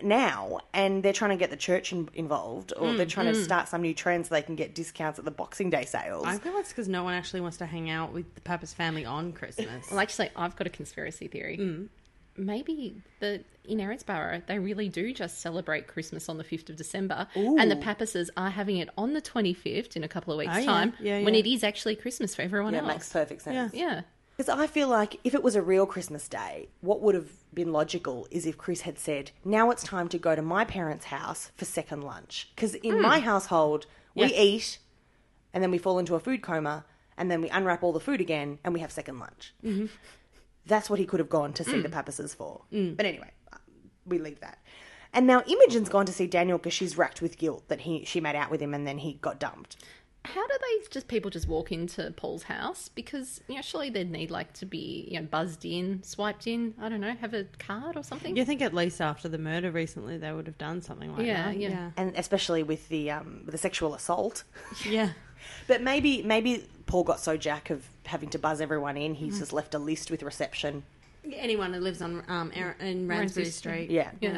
[SPEAKER 1] now, and they're trying to get the church in- involved,
[SPEAKER 3] Hmm,
[SPEAKER 1] or they're trying to start some new trend so they can get discounts at the Boxing Day sales.
[SPEAKER 2] I feel like it's because no one actually wants to hang out with the Pappas family on Christmas.
[SPEAKER 3] Well, actually, I've got a conspiracy theory.
[SPEAKER 2] Mm.
[SPEAKER 3] Maybe the in Erinsborough they really do just celebrate Christmas on the fifth of December, and the Papases are having it on the twenty fifth in a couple of weeks'
[SPEAKER 2] Oh, yeah.
[SPEAKER 3] time,
[SPEAKER 2] Yeah,
[SPEAKER 3] when
[SPEAKER 2] yeah.
[SPEAKER 3] it is actually Christmas for everyone
[SPEAKER 1] That
[SPEAKER 3] else.
[SPEAKER 1] makes perfect sense.
[SPEAKER 3] yeah,
[SPEAKER 1] Because I feel like if it was a real Christmas day, what would have been logical is if Chris had said, Now it's time to go to my parents' house for second lunch. Because in my household, we
[SPEAKER 2] Yeah.
[SPEAKER 1] eat and then we fall into a food coma and then we unwrap all the food again and we have second lunch. That's what he could have gone to see the Papases for. But anyway, we leave that. And now Imogen's gone to see Daniel because she's racked with guilt that he she made out with him and then he got dumped.
[SPEAKER 3] how do they just people just walk into Paul's house? Because you know, surely they'd need like to be you know buzzed in, swiped in. I don't know, have a card or something.
[SPEAKER 2] You think at least after the murder recently they would have done something like
[SPEAKER 3] Yeah,
[SPEAKER 2] that?
[SPEAKER 3] yeah.
[SPEAKER 1] and especially with the um, with the sexual assault.
[SPEAKER 2] yeah, yeah.
[SPEAKER 1] But maybe maybe Paul got so jack of having to buzz everyone in,
[SPEAKER 2] Mm.
[SPEAKER 1] he's just left a list with reception.
[SPEAKER 2] Anyone who lives on um Ar- in Ramsbury Street,
[SPEAKER 1] Yeah.
[SPEAKER 3] Yeah.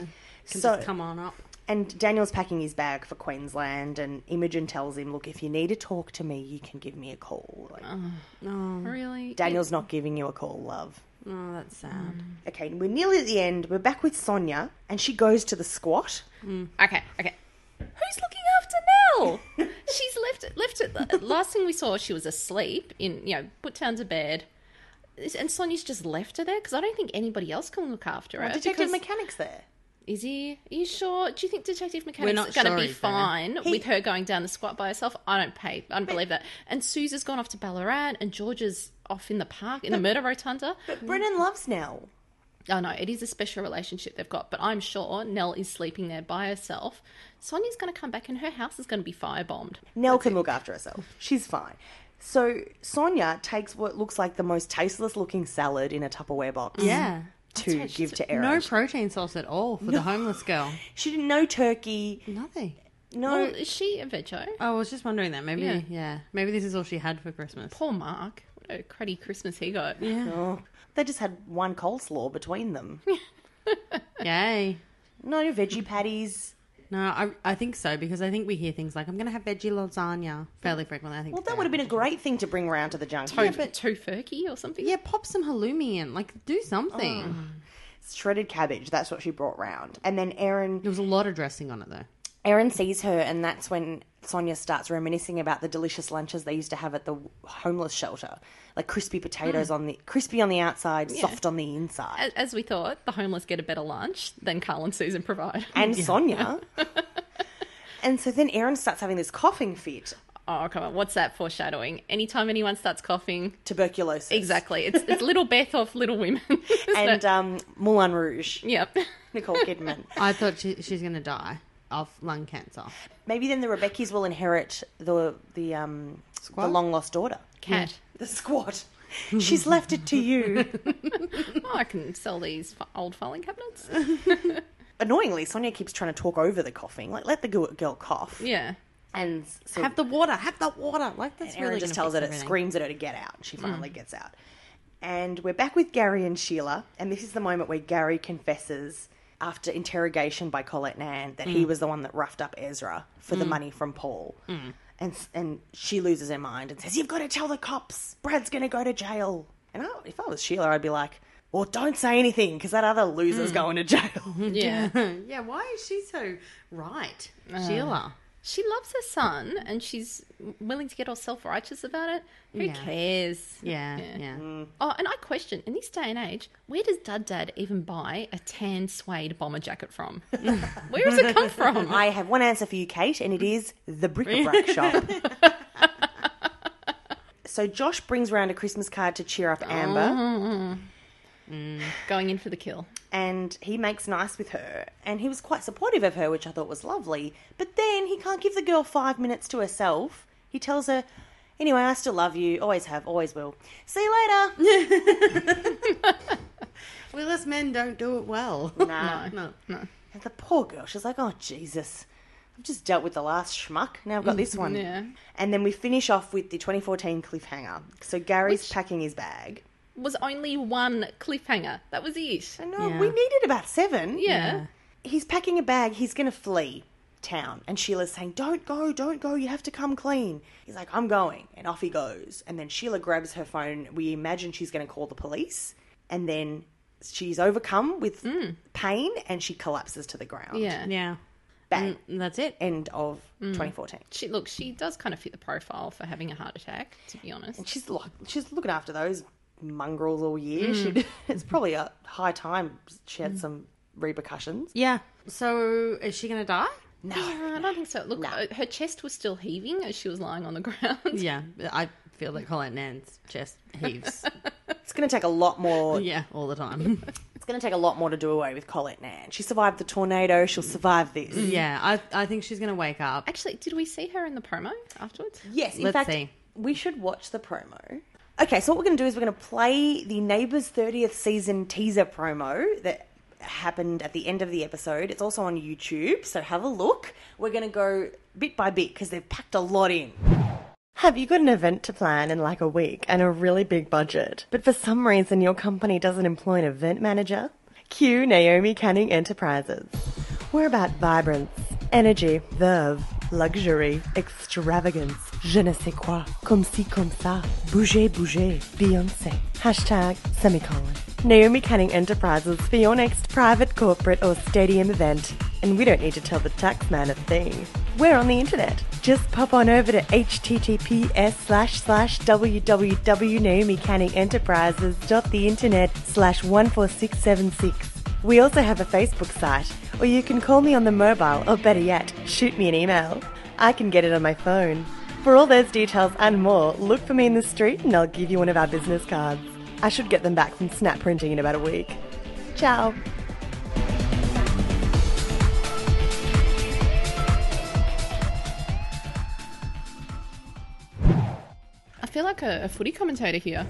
[SPEAKER 2] can
[SPEAKER 1] So-
[SPEAKER 2] just come on up.
[SPEAKER 1] And Daniel's packing his bag for Queensland, and Imogen tells him, "Look, if you need to talk to me, you can give me a call." Like,
[SPEAKER 2] Oh,
[SPEAKER 3] Really?
[SPEAKER 1] Daniel's not giving you a call, love.
[SPEAKER 2] oh, that's sad.
[SPEAKER 1] Okay, we're nearly at the end. We're back with Sonia, and she goes to the squat.
[SPEAKER 3] Okay, okay. Who's looking after Nell? She's left left it. Last thing we saw, she was asleep in you know put down to bed, and Sonia's just left her there because I don't think anybody else can look after her.
[SPEAKER 1] Detective
[SPEAKER 3] because-
[SPEAKER 1] Mechanic's there.
[SPEAKER 3] Is he? Are you sure? Do you think Detective
[SPEAKER 2] We're
[SPEAKER 3] Mechanic's
[SPEAKER 2] not
[SPEAKER 3] going to
[SPEAKER 2] sure
[SPEAKER 3] be
[SPEAKER 2] he's there.
[SPEAKER 3] fine with her going down the squat by herself? I don't pay. I don't believe that. And Susie's gone off to Ballarat, and George is off in the park in the murder rotunda.
[SPEAKER 1] Brennan loves Nell.
[SPEAKER 3] Oh no, it is a special relationship they've got, but I'm sure Nell is sleeping there by herself. Sonia's going to come back, and her house is going to be firebombed.
[SPEAKER 1] Nell can look after herself. She's fine. So Sonia takes what looks like the most tasteless looking salad in a Tupperware box.
[SPEAKER 2] Yeah.
[SPEAKER 1] To give to Erin.
[SPEAKER 2] No protein sauce at all for the homeless girl.
[SPEAKER 1] She didn't know turkey.
[SPEAKER 2] Nothing.
[SPEAKER 1] No.
[SPEAKER 3] Oh, is she a vecho?
[SPEAKER 2] Oh, I was just wondering that. Maybe,
[SPEAKER 3] Yeah.
[SPEAKER 2] yeah. Maybe this is all she had for Christmas.
[SPEAKER 3] Poor Mark. What a cruddy Christmas he got.
[SPEAKER 2] Yeah.
[SPEAKER 1] Oh, they just had one coleslaw between them.
[SPEAKER 2] Yay.
[SPEAKER 1] no veggie patties.
[SPEAKER 2] No, I, I think so because I think we hear things like, I'm going to have veggie lasagna fairly frequently. I think
[SPEAKER 1] Well, that would have been a great thing to been round to the junkie.
[SPEAKER 3] Yeah, but tofurkey or something.
[SPEAKER 2] Yeah, pop some halloumi in. Like, do something.
[SPEAKER 1] Shredded cabbage. That's what she brought round. And then Erin.
[SPEAKER 2] There was a lot of dressing on it, though.
[SPEAKER 1] Erin sees her, and that's when Sonia starts reminiscing about the delicious lunches they used to have at the homeless shelter, like crispy potatoes on the crispy on the outside, soft on the inside.
[SPEAKER 3] A- As we thought, the homeless get a better lunch than Carl and Susan provide.
[SPEAKER 1] and Sonia. and so then Aaron starts having this coughing fit,
[SPEAKER 3] Oh come on, what's that foreshadowing? Anytime anyone starts coughing,
[SPEAKER 1] tuberculosis.
[SPEAKER 3] exactly. It's it's little Beth off Little Women. isn't
[SPEAKER 1] And
[SPEAKER 3] it?
[SPEAKER 1] um, Moulin Rouge,
[SPEAKER 3] yep.
[SPEAKER 1] Nicole Kidman.
[SPEAKER 2] I thought she, she's going to die of lung cancer.
[SPEAKER 1] Maybe then the Rebeckys will inherit the the um, the
[SPEAKER 2] Squad?
[SPEAKER 1] long lost daughter,
[SPEAKER 3] Cat.
[SPEAKER 1] the squad. She's left it to you.
[SPEAKER 3] Oh, I can sell these f- old filing cabinets.
[SPEAKER 1] Annoyingly, Sonia keeps trying to talk over the coughing. Like, let the girl girl cough.
[SPEAKER 3] Yeah.
[SPEAKER 1] And so
[SPEAKER 2] Have the water. Have the water. Like, that's
[SPEAKER 1] Aaron
[SPEAKER 2] really Mm.
[SPEAKER 1] just
[SPEAKER 2] gonna
[SPEAKER 1] tells her
[SPEAKER 2] fix
[SPEAKER 1] to
[SPEAKER 2] everything.
[SPEAKER 1] screams at her to get out. She finally gets out. And we're back with Gary and Sheila, and this is the moment where Gary confesses after interrogation by Colette Nan that
[SPEAKER 2] Mm.
[SPEAKER 1] he was the one that roughed up Ezra for the money from Paul.
[SPEAKER 2] Mm.
[SPEAKER 1] And s- and she loses her mind and says, "You've got to tell the cops. Brad's going to go to jail." And I, if I was Sheila, I'd be like, "Well, don't say anything because that other loser's
[SPEAKER 2] Mm.
[SPEAKER 1] going to jail."
[SPEAKER 3] Yeah.
[SPEAKER 2] yeah, why is she so right? Sheila.
[SPEAKER 3] she loves her son and she's willing to get all self righteous about it. Who
[SPEAKER 2] Yeah.
[SPEAKER 3] cares?
[SPEAKER 2] Yeah, yeah.
[SPEAKER 1] Mm.
[SPEAKER 3] Oh, and I question in this day and age, where does Dud Dad even buy a tan suede bomber jacket from? where does it come from?
[SPEAKER 1] I have one answer for you, Kate, and it is the bric-a-brac shop. So Josh brings round a Christmas card to cheer up Amber,
[SPEAKER 3] Going in for the kill.
[SPEAKER 1] and he makes nice with her, and he was quite supportive of her, which I thought was lovely. But then he can't give the girl five minutes to herself. He tells her, "Anyway, I still love you, always have, always will. See you later."
[SPEAKER 2] Well, us men don't do it well.
[SPEAKER 1] Nah.
[SPEAKER 2] no.
[SPEAKER 1] And the poor girl, she's like, "Oh Jesus." I've just dealt with the last schmuck. Now I've got this one.
[SPEAKER 3] Yeah.
[SPEAKER 1] And then we finish off with the 2014 cliffhanger. So Gary's packing his bag.
[SPEAKER 3] Was only one cliffhanger. That was it.
[SPEAKER 1] I know.
[SPEAKER 2] Yeah.
[SPEAKER 1] uh, We needed about seven.
[SPEAKER 3] Yeah.
[SPEAKER 1] He's packing a bag. He's going to flee town. And Sheila's saying, Don't go, don't go. You have to come clean. He's like, I'm going. And off he goes. And then Sheila grabs her phone. We imagine she's going to call the police. And then she's overcome with pain and she collapses to the ground.
[SPEAKER 3] Mm. Yeah. Mm.
[SPEAKER 2] Yeah.
[SPEAKER 1] Bang.
[SPEAKER 2] And that's it.
[SPEAKER 1] End of 2014.
[SPEAKER 3] She look, she does kind of fit the profile for having a heart attack, to be honest.
[SPEAKER 1] And she's like, she's looking after those mongrels all year.
[SPEAKER 2] Hmm.
[SPEAKER 1] She, it's probably a high time she had some repercussions.
[SPEAKER 2] Yeah. So is she going to die?
[SPEAKER 1] No.
[SPEAKER 3] Yeah, I don't think so. Look, uh, her chest was still heaving as she was lying on the ground.
[SPEAKER 2] Yeah. I feel that Colette Nan's chest heaves.
[SPEAKER 1] It's going to take a lot more
[SPEAKER 2] yeah, all the time.
[SPEAKER 1] It's going to take a lot more to do away with Colette Nan. She survived the tornado.
[SPEAKER 2] Hmm.
[SPEAKER 1] She'll survive this.
[SPEAKER 2] Yeah, I, I think she's going to wake up.
[SPEAKER 3] Actually, did we see her in the promo afterwards?
[SPEAKER 1] Yes, in
[SPEAKER 2] Let's
[SPEAKER 1] fact,
[SPEAKER 2] see.
[SPEAKER 1] we should watch the promo. Okay, so what we're going to do is we're going to play the Neighbours 30th season teaser promo that happened at the end of the episode. It's also on YouTube, so have a look. We're going to go bit by bit because they've packed a lot in. Have you got an event to plan in like a week and a really big budget, but for some reason your company doesn't employ an event manager? Cue Naomi Canning Enterprises. We're about vibrance, energy, verve, luxury, extravagance, je ne sais quoi, comme si comme ça, bouger bouger, Beyonce. Hashtag semicolon. Naomi Canning Enterprises for your next private, corporate, or stadium event. And we don't need to tell the tax man a thing. We're on the internet. Just pop on over to https slash slash www.naomicanningenterprises.theinternet slash 14676. We also have a Facebook site, or you can call me on the mobile, or better yet, shoot me an email. I can get it on my phone. For all those details and more, look for me in the street and I'll give you one of our business cards. I should get them back from Snap Printing in about a week. Ciao.
[SPEAKER 3] I feel like a, a footy commentator here.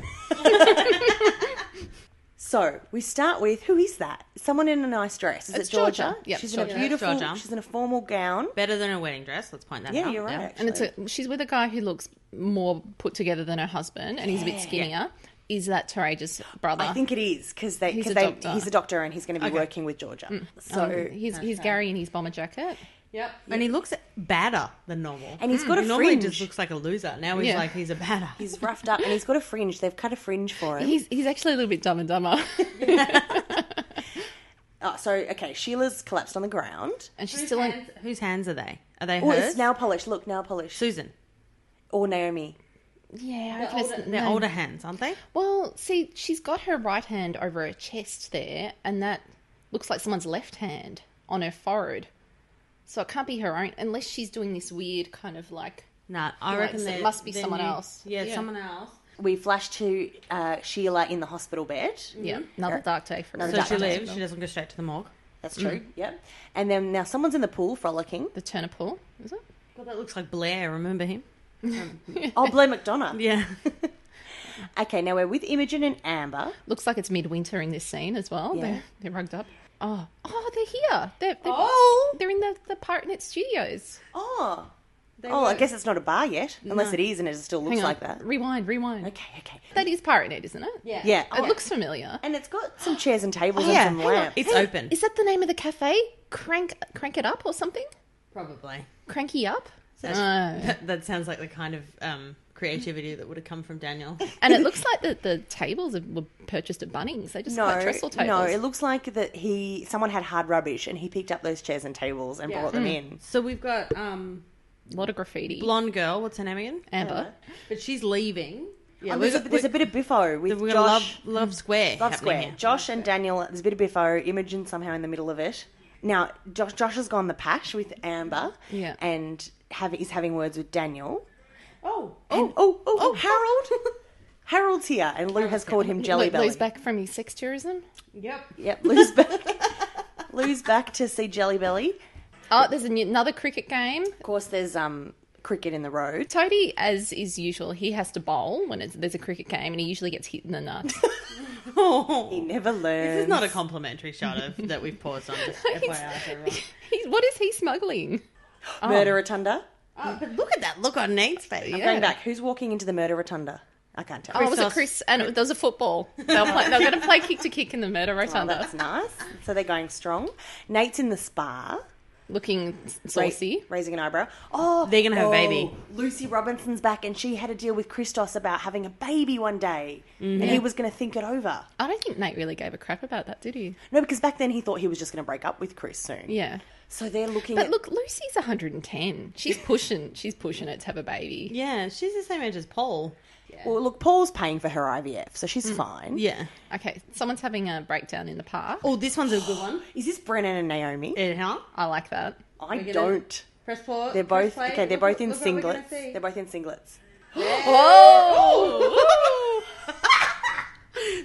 [SPEAKER 1] So we start with who is that? Someone in a nice dress. Is
[SPEAKER 3] It's
[SPEAKER 1] it Georgia?
[SPEAKER 3] Georgia. Yep,
[SPEAKER 1] she's
[SPEAKER 3] Georgia.
[SPEAKER 1] in a beautiful.
[SPEAKER 2] Georgia.
[SPEAKER 1] She's in a formal gown.
[SPEAKER 2] Better than a wedding dress. Let's point that
[SPEAKER 1] Yeah,
[SPEAKER 2] out.
[SPEAKER 1] you're right.
[SPEAKER 3] And it's a, she's with a guy who looks more put together than her husband, and he's a bit skinnier. Is that Tarage's brother?
[SPEAKER 1] I think it is because they
[SPEAKER 3] uh, He's
[SPEAKER 1] because
[SPEAKER 3] a
[SPEAKER 1] they
[SPEAKER 3] doctor. Mm.
[SPEAKER 1] he's a doctor and he's going to be working with Georgia. So
[SPEAKER 3] he's he's Gary in his bomber jacket.
[SPEAKER 2] Yep. And he looks badder than normal. Hmm.
[SPEAKER 1] And he's got a
[SPEAKER 2] he normally
[SPEAKER 1] fringe.
[SPEAKER 2] just looks like a loser. Now he's
[SPEAKER 3] Yeah.
[SPEAKER 2] like he's a badder.
[SPEAKER 1] he's roughed up and he's got a fringe. They've cut a fringe for him.
[SPEAKER 3] He's he's actually a little bit dumb and dumber,
[SPEAKER 1] Oh, so okay, Sheila's collapsed on the ground.
[SPEAKER 3] and she's
[SPEAKER 2] Whose
[SPEAKER 3] still in.
[SPEAKER 2] hands, whose hands are they? Are they
[SPEAKER 1] Oh,
[SPEAKER 2] hers?
[SPEAKER 1] it's nail polish. Look, nail polish.
[SPEAKER 2] Susan.
[SPEAKER 1] Or Naomi.
[SPEAKER 3] Yeah, I reckon it's-
[SPEAKER 2] They're
[SPEAKER 3] no.
[SPEAKER 2] older hands, aren't they?
[SPEAKER 3] Well, see, she's got her right hand over her chest there, and that looks like someone's left hand on her forehead. So it can't be her own, unless she's doing this weird kind of like.
[SPEAKER 2] No, I
[SPEAKER 3] Like,
[SPEAKER 2] reckon
[SPEAKER 3] so it
[SPEAKER 2] they're-
[SPEAKER 3] must be
[SPEAKER 2] they're
[SPEAKER 3] someone
[SPEAKER 2] new-
[SPEAKER 3] else.
[SPEAKER 2] Yeah,
[SPEAKER 3] Yeah.
[SPEAKER 2] someone else.
[SPEAKER 1] We flash to uh, Sheila in the hospital bed.
[SPEAKER 3] Yeah, another dark day for her.
[SPEAKER 1] Another
[SPEAKER 2] So
[SPEAKER 1] Dark
[SPEAKER 2] she
[SPEAKER 1] dark
[SPEAKER 2] lives. She doesn't go straight to the morgue.
[SPEAKER 1] That's
[SPEAKER 3] Mm.
[SPEAKER 1] true. Yep. And then now someone's in the pool frolicking.
[SPEAKER 3] The turnip pool, is it?
[SPEAKER 2] God, that looks like Blair. Remember him?
[SPEAKER 1] Oh, Blair McDonough.
[SPEAKER 2] Yeah.
[SPEAKER 1] Okay, now we're with Imogen and Amber.
[SPEAKER 3] Looks like it's midwinter in this scene as well.
[SPEAKER 1] Yeah.
[SPEAKER 3] They're, they're rugged up. Oh, oh, they're here. They're, they're,
[SPEAKER 1] Oh.
[SPEAKER 3] they're in the, the Pirate Studios.
[SPEAKER 1] Oh. oh, I guess it's not a bar yet, unless it is, and it still looks
[SPEAKER 3] Hang on.
[SPEAKER 1] like that.
[SPEAKER 3] Rewind, rewind.
[SPEAKER 1] Okay, okay.
[SPEAKER 3] That is Pirate, isn't it?
[SPEAKER 2] Yeah.
[SPEAKER 1] Yeah.
[SPEAKER 3] It
[SPEAKER 1] Oh,
[SPEAKER 3] looks familiar.
[SPEAKER 1] and it's got some chairs and tables
[SPEAKER 2] Oh, yeah,
[SPEAKER 1] and some
[SPEAKER 2] hang on.
[SPEAKER 1] lamps.
[SPEAKER 2] It's open.
[SPEAKER 3] Is that the name of the cafe? Crank, crank it up or something?
[SPEAKER 2] Probably.
[SPEAKER 3] Cranky up. Uh,
[SPEAKER 2] That, that sounds like the kind of um, creativity that would have come from Daniel.
[SPEAKER 3] and it looks like the, the tables are- were purchased at Bunnings. They just got trestle tables.
[SPEAKER 1] no, it looks like that he someone had hard rubbish and he picked up those chairs and tables and brought them in.
[SPEAKER 2] So we've got um,
[SPEAKER 3] a lot of graffiti.
[SPEAKER 2] blonde girl. What's her name again?
[SPEAKER 3] Amber.
[SPEAKER 2] But she's leaving. Yeah,
[SPEAKER 1] And
[SPEAKER 2] we've
[SPEAKER 1] there's, a,
[SPEAKER 2] got-
[SPEAKER 1] there's a bit of biffo with
[SPEAKER 2] we've got
[SPEAKER 1] Josh.
[SPEAKER 2] love, love square.
[SPEAKER 1] Love,
[SPEAKER 2] happening
[SPEAKER 1] Square.
[SPEAKER 2] here.
[SPEAKER 1] Josh and Daniel. There's a bit of biffo. Imogen somehow in the middle of it. Now Josh, Josh has gone the pash with Amber.
[SPEAKER 3] Yeah.
[SPEAKER 1] And have, is having words with Daniel.
[SPEAKER 2] Oh,
[SPEAKER 1] And, oh, oh, oh, Harold. Harold's here, and Lou has called him Jelly
[SPEAKER 3] Lo-
[SPEAKER 1] Belly.
[SPEAKER 3] Lou's back from his sex tourism.
[SPEAKER 2] yep.
[SPEAKER 1] Yep, Lou's back. Lou's back to see Jelly Belly.
[SPEAKER 3] Oh, there's a new, another cricket game.
[SPEAKER 1] Of course, there's um cricket in the road.
[SPEAKER 3] Toadie, as is usual, he has to bowl when it's, there's a cricket game, and he usually gets hit in the nuts.
[SPEAKER 1] He
[SPEAKER 2] Oh,
[SPEAKER 1] never learns.
[SPEAKER 2] this is not a complimentary shot of that we've paused on. Just FYI, for everyone.
[SPEAKER 3] He's, what is he smuggling?
[SPEAKER 1] murder rotunda.
[SPEAKER 2] Oh, but look at that look on Nate's face.
[SPEAKER 1] Going back, who's walking into the murder rotunda? I can't tell.
[SPEAKER 3] oh, was it
[SPEAKER 2] Christos.
[SPEAKER 3] Chris? And it, there was a football. They're, play, they're going to play kick to kick in the murder
[SPEAKER 1] Oh,
[SPEAKER 3] rotunda,
[SPEAKER 1] that's nice. So they're going strong. Nate's in the spa.
[SPEAKER 3] looking
[SPEAKER 1] Ra-
[SPEAKER 3] saucy.
[SPEAKER 1] raising an eyebrow. Oh,
[SPEAKER 2] They're gonna have a
[SPEAKER 1] oh,
[SPEAKER 2] baby.
[SPEAKER 1] Lucy Robinson's back, and she had a deal with Christos about having a baby one day, and he was going to think it over.
[SPEAKER 3] I don't think Nate really gave a crap about that, did he?
[SPEAKER 1] No, because back then he thought he was just going to break up with Chris soon.
[SPEAKER 3] Yeah.
[SPEAKER 1] So they're looking.
[SPEAKER 3] But
[SPEAKER 1] at,
[SPEAKER 3] look, Lucy's 110. She's pushing. She's pushing it to have a baby.
[SPEAKER 2] Yeah, she's the same age as Paul.
[SPEAKER 1] well, look, Paul's paying for her IVF, so she's fine.
[SPEAKER 2] Mm. Yeah.
[SPEAKER 3] Okay, someone's having a breakdown in the park.
[SPEAKER 2] Oh, this one's a good one.
[SPEAKER 1] Is this Brennan and Naomi?
[SPEAKER 2] Uh, huh?
[SPEAKER 3] I like that.
[SPEAKER 1] I
[SPEAKER 2] gonna-
[SPEAKER 1] don't.
[SPEAKER 2] Press pause.
[SPEAKER 1] They're both
[SPEAKER 2] press play.
[SPEAKER 1] okay. They're
[SPEAKER 2] Look
[SPEAKER 1] both
[SPEAKER 2] what-
[SPEAKER 1] in
[SPEAKER 2] look what we're gonna
[SPEAKER 1] singlets.
[SPEAKER 2] see.
[SPEAKER 1] They're both in singlets.
[SPEAKER 3] Whoa!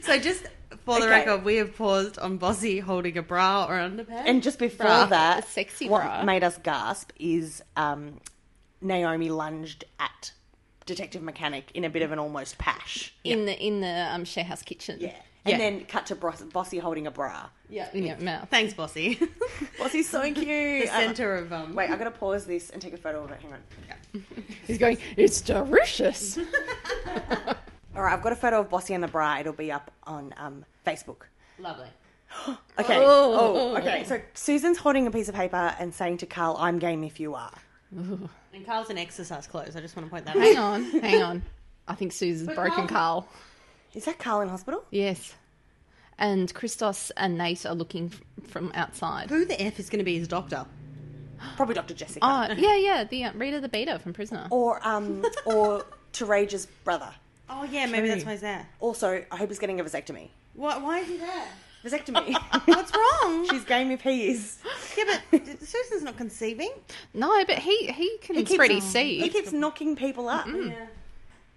[SPEAKER 2] so just For the
[SPEAKER 1] Okay.
[SPEAKER 2] record, we have paused on Bossy holding a bra or underpants.
[SPEAKER 1] And just before
[SPEAKER 2] Bra.
[SPEAKER 1] that,
[SPEAKER 3] A sexy
[SPEAKER 1] what
[SPEAKER 3] bra.
[SPEAKER 1] made us gasp is um, Naomi lunged at Detective Mechanic in a bit of an almost pash.
[SPEAKER 3] in the in the um, share house kitchen.
[SPEAKER 1] Yeah.
[SPEAKER 2] Yeah.
[SPEAKER 1] And then cut to Bros- Bossy holding a bra.
[SPEAKER 3] yeah, in your mouth.
[SPEAKER 2] Thanks, Bossy.
[SPEAKER 1] Bossy's so cute.
[SPEAKER 2] the center of um.
[SPEAKER 1] Uh, Wait, i got to pause this and take a photo of it. Hang on.
[SPEAKER 3] He's going. It's delicious.
[SPEAKER 1] All right, I've got a photo of Bossy and the bra. It'll be up on um, Facebook.
[SPEAKER 2] Lovely.
[SPEAKER 1] Okay.
[SPEAKER 3] Oh.
[SPEAKER 1] Oh, okay. So Susan's holding a piece of paper and saying to Carl, I'm game if you are.
[SPEAKER 2] And Carl's in exercise clothes. I just want to point that out.
[SPEAKER 3] hang on, hang on. I think Sue's broken Carl.
[SPEAKER 1] Is that Carl in hospital?
[SPEAKER 3] Yes, and Christos and Nate are looking f- from outside.
[SPEAKER 2] Who the f is going to be his doctor?
[SPEAKER 1] Probably Dr. Jessica.
[SPEAKER 3] Oh, yeah, yeah. The uh, Rita the Beta from Prisoner.
[SPEAKER 1] Or um or Tarage's brother.
[SPEAKER 2] Oh yeah, maybe that's why he's there.
[SPEAKER 1] Also, I hope he's getting a vasectomy.
[SPEAKER 2] What? Why is he there?
[SPEAKER 1] Vasectomy.
[SPEAKER 2] What's wrong?
[SPEAKER 1] She's game if he is.
[SPEAKER 2] yeah, but Susan's not conceiving.
[SPEAKER 3] No, but he he can spread his seed.
[SPEAKER 1] He keeps knocking people up.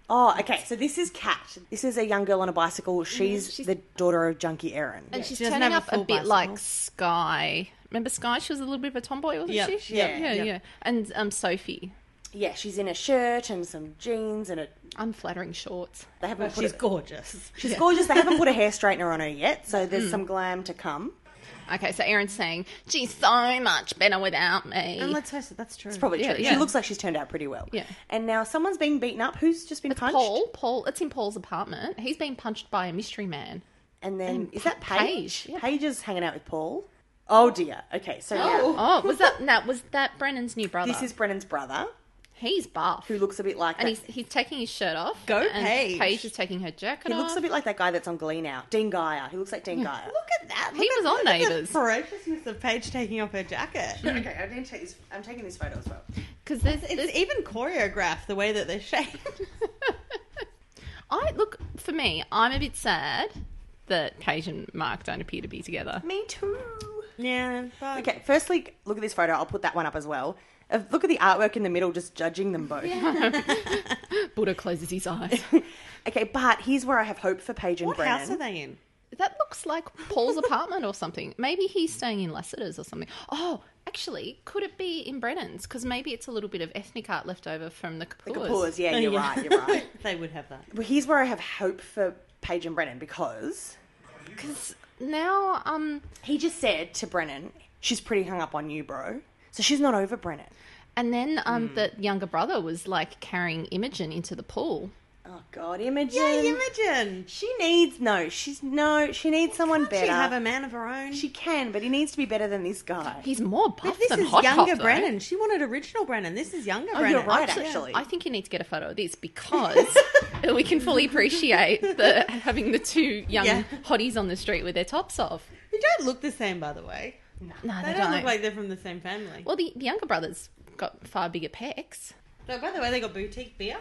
[SPEAKER 1] Oh, okay. So this is Kat. This is a young girl on a bicycle. She's,
[SPEAKER 3] she's-
[SPEAKER 1] the daughter of Junkie Aaron.
[SPEAKER 3] And she's
[SPEAKER 2] She doesn't
[SPEAKER 3] turning
[SPEAKER 2] have a
[SPEAKER 3] up a,
[SPEAKER 2] full
[SPEAKER 3] bit
[SPEAKER 2] bicycle.
[SPEAKER 3] like Sky. Remember Sky? She was a little bit of a tomboy, wasn't
[SPEAKER 2] Yep,
[SPEAKER 3] she?
[SPEAKER 2] yep,
[SPEAKER 3] yeah,
[SPEAKER 2] yep.
[SPEAKER 3] yeah. And um, Sophie,
[SPEAKER 1] Yeah, she's in a shirt and some jeans and a.
[SPEAKER 3] unflattering shorts.
[SPEAKER 1] They haven't put
[SPEAKER 2] She's
[SPEAKER 1] a-
[SPEAKER 2] gorgeous.
[SPEAKER 1] she's gorgeous. They haven't put a hair straightener on her yet, so
[SPEAKER 3] Hmm.
[SPEAKER 1] there's some glam to come.
[SPEAKER 3] Okay, so Erin's saying she's so much better without me.
[SPEAKER 2] And let's face it, that's true.
[SPEAKER 1] Probably
[SPEAKER 3] Yeah,
[SPEAKER 1] true. She
[SPEAKER 3] yeah.
[SPEAKER 1] looks like she's turned out pretty well.
[SPEAKER 3] Yeah.
[SPEAKER 1] And now someone's being beaten up. Who's just been punched?
[SPEAKER 3] Paul, Paul, it's in Paul's apartment. He's being punched by a mystery man.
[SPEAKER 1] And then
[SPEAKER 3] And
[SPEAKER 1] is that
[SPEAKER 3] Pa-
[SPEAKER 1] Paige?
[SPEAKER 3] Paige, yeah.
[SPEAKER 1] Paige is hanging out with Paul. Oh dear. Okay, so now
[SPEAKER 3] Oh, was that that was that Brennan's new brother?
[SPEAKER 1] this is Brennan's brother
[SPEAKER 3] he's buff,
[SPEAKER 1] who looks a bit like
[SPEAKER 3] and
[SPEAKER 1] that-
[SPEAKER 3] he's he's taking his shirt off.
[SPEAKER 2] Go
[SPEAKER 3] and
[SPEAKER 2] Paige.
[SPEAKER 3] Paige is taking her jacket
[SPEAKER 1] He
[SPEAKER 3] off.
[SPEAKER 1] looks a bit like that guy that's on Glee now, Dean Geyer. He looks like Dean Geyer.
[SPEAKER 2] Look at that.
[SPEAKER 3] He was on Neighbours.
[SPEAKER 2] Ferociousness of Paige taking off her jacket.
[SPEAKER 1] okay, I'm, going to take this, I'm taking this photo as well.
[SPEAKER 3] because there's, there's
[SPEAKER 2] It's even choreographed the way that they're shaped.
[SPEAKER 3] I look for me. I'm a bit sad that Paige and Mark don't appear to be together.
[SPEAKER 1] Me too.
[SPEAKER 2] Yeah. But
[SPEAKER 1] Okay, firstly, look at this photo. I'll put that one up as well. Uh, Look at the artwork in the middle, just judging them both.
[SPEAKER 3] Buddha closes his eyes.
[SPEAKER 1] Okay, but here's where I have hope for Paige and
[SPEAKER 2] What
[SPEAKER 1] Brennan.
[SPEAKER 2] house are they in?
[SPEAKER 3] that looks like Paul's apartment or something. Maybe he's staying in Lassiter's or something. Oh, actually, could it be in Brennan's? Because maybe it's a little bit of ethnic art left over from the Kapoors.
[SPEAKER 1] Pause. Yeah, you're
[SPEAKER 2] Yeah.
[SPEAKER 1] right. You're right.
[SPEAKER 2] They would have that.
[SPEAKER 1] well, here's where I have hope for Paige and Brennan because
[SPEAKER 3] Because now, um,
[SPEAKER 1] he just said to Brennan, "She's pretty hung up on you, bro." So she's not over Brennan.
[SPEAKER 3] and then um, the younger brother was like carrying Imogen into the pool.
[SPEAKER 1] Oh God, Imogen.
[SPEAKER 2] Hey, Imogen.
[SPEAKER 1] She needs no. She's no. She needs someone better.
[SPEAKER 2] She have a man of her own.
[SPEAKER 1] She can, but he needs to be better than this guy.
[SPEAKER 3] He's more buff
[SPEAKER 2] this
[SPEAKER 3] than
[SPEAKER 2] is
[SPEAKER 3] Hot
[SPEAKER 2] younger
[SPEAKER 3] Hot, though.
[SPEAKER 2] Brennan. She wanted original Brennan. This is younger
[SPEAKER 1] you're
[SPEAKER 2] Brennan.
[SPEAKER 1] right,
[SPEAKER 2] Yeah.
[SPEAKER 1] actually.
[SPEAKER 3] I think you need to get a photo of this because we can fully appreciate the, having the two young
[SPEAKER 2] Yeah.
[SPEAKER 3] hotties on the street with their tops off.
[SPEAKER 2] They don't look the same, by the way.
[SPEAKER 3] No,
[SPEAKER 2] They don't look like they're from the same family.
[SPEAKER 3] Well, the, the younger brother's got far bigger pecs.
[SPEAKER 2] So, by the way, they got boutique beer.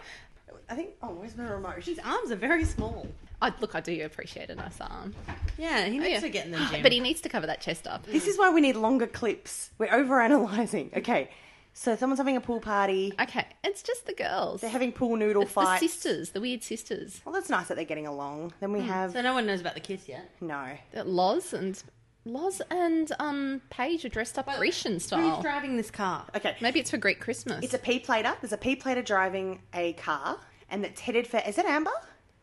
[SPEAKER 1] I think. Oh, where's my remote?
[SPEAKER 2] His arms are very small.
[SPEAKER 3] I, look, I do appreciate a nice arm.
[SPEAKER 2] Yeah, he needs
[SPEAKER 3] yeah.
[SPEAKER 2] to get in the gym.
[SPEAKER 3] But he needs to cover that chest up.
[SPEAKER 1] This is why we need longer clips. We're overanalyzing. Okay, so someone's having a pool party.
[SPEAKER 3] Okay, it's just the girls.
[SPEAKER 1] They're having pool noodle
[SPEAKER 3] It's the
[SPEAKER 1] fights.
[SPEAKER 3] sisters, the weird sisters.
[SPEAKER 1] Well, that's nice that they're getting along. Then we
[SPEAKER 3] Hmm,
[SPEAKER 1] have
[SPEAKER 2] so no one knows about the kiss yet.
[SPEAKER 1] no.
[SPEAKER 3] Uh, Loz and Loz and um Paige are dressed up Grecian
[SPEAKER 2] Who's
[SPEAKER 3] style.
[SPEAKER 2] driving this car?
[SPEAKER 1] Okay,
[SPEAKER 3] Maybe it's for Greek Christmas.
[SPEAKER 1] it's a pea plater. There's a pea plater driving a car, and it's headed for. Is it Amber?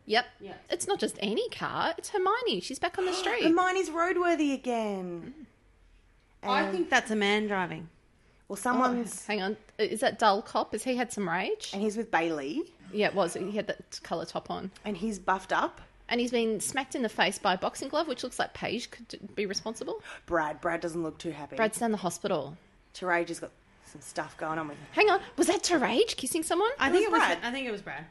[SPEAKER 3] yep.
[SPEAKER 2] Yeah.
[SPEAKER 3] It's not just any car. It's Hermione. She's back on the street.
[SPEAKER 1] Hermione's roadworthy
[SPEAKER 3] Hmm.
[SPEAKER 1] again.
[SPEAKER 2] I think that's a man driving.
[SPEAKER 1] Well, someone's.
[SPEAKER 3] Oh, Hang on. Uh, Is that dull cop? Has he had some rage?
[SPEAKER 1] And he's with Bailey,
[SPEAKER 3] Yeah, it was. He had that colour top on.
[SPEAKER 1] and he's buffed up.
[SPEAKER 3] And he's been smacked in the face by a boxing glove, which looks like Paige could d- be responsible.
[SPEAKER 1] Brad. Brad doesn't look too happy. Brad.
[SPEAKER 3] Brad's down the hospital.
[SPEAKER 1] Tarage has got some stuff going on with him.
[SPEAKER 3] Hang on, was that Tarage kissing someone?
[SPEAKER 2] I
[SPEAKER 1] It
[SPEAKER 2] think
[SPEAKER 1] was
[SPEAKER 2] it was.
[SPEAKER 1] Brad.
[SPEAKER 2] I think it was Brad.